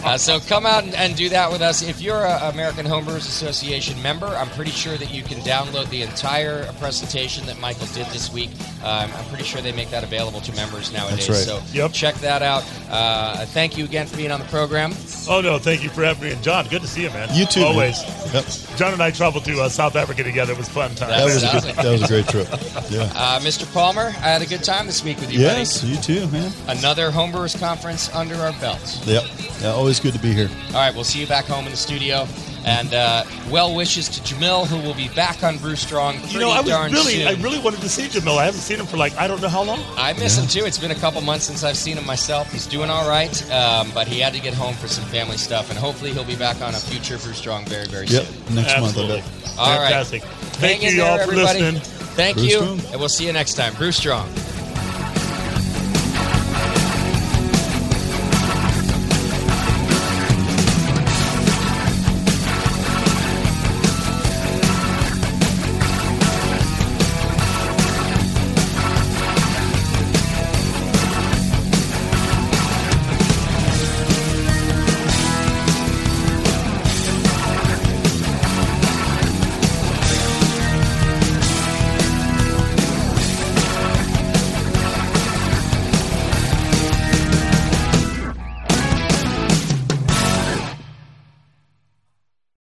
uh, so come out and, and do that with us. If you're an American Homebrewers Association member, I'm pretty sure that you can download the entire presentation that Michael did this week. Um, I'm pretty sure they make that available to members nowadays.
right.
So
Yep.
check that out. Uh, thank you again for being on the program.
Oh no, thank you for having me, and John. Good to see you, man.
You too. man.
Always.
Yep.
John and I traveled to uh, South Africa together. It was fun time.
That was a
Fantastic.
good, that was a great trip. Yeah.
Uh, Mr. Palmer, I had a good time this week with you,
Yes. You too, man.
buddy. Another Homebrewers Conference under our belts.
Yep. Yeah, always good to be here.
All right, we'll see you back home in the studio. And uh, well wishes to Jamil, who will be back on Brew Strong pretty
You know, I was
darn
really,
soon.
I really wanted to see Jamil. I haven't seen him for like I don't know how long.
I miss him too. It's been a couple months since I've seen him myself. He's doing all right, um, but he had to get home for some family stuff, and hopefully he'll be back on a future Brew Strong very, very
Yep.
soon.
Next
Absolutely,
month. I bet.
All right.
fantastic.
Hang
Thank
in
you
there,
all for
everybody.
listening.
Thank
Brew
you,
Strong.
and we'll see you next time. Brew Strong.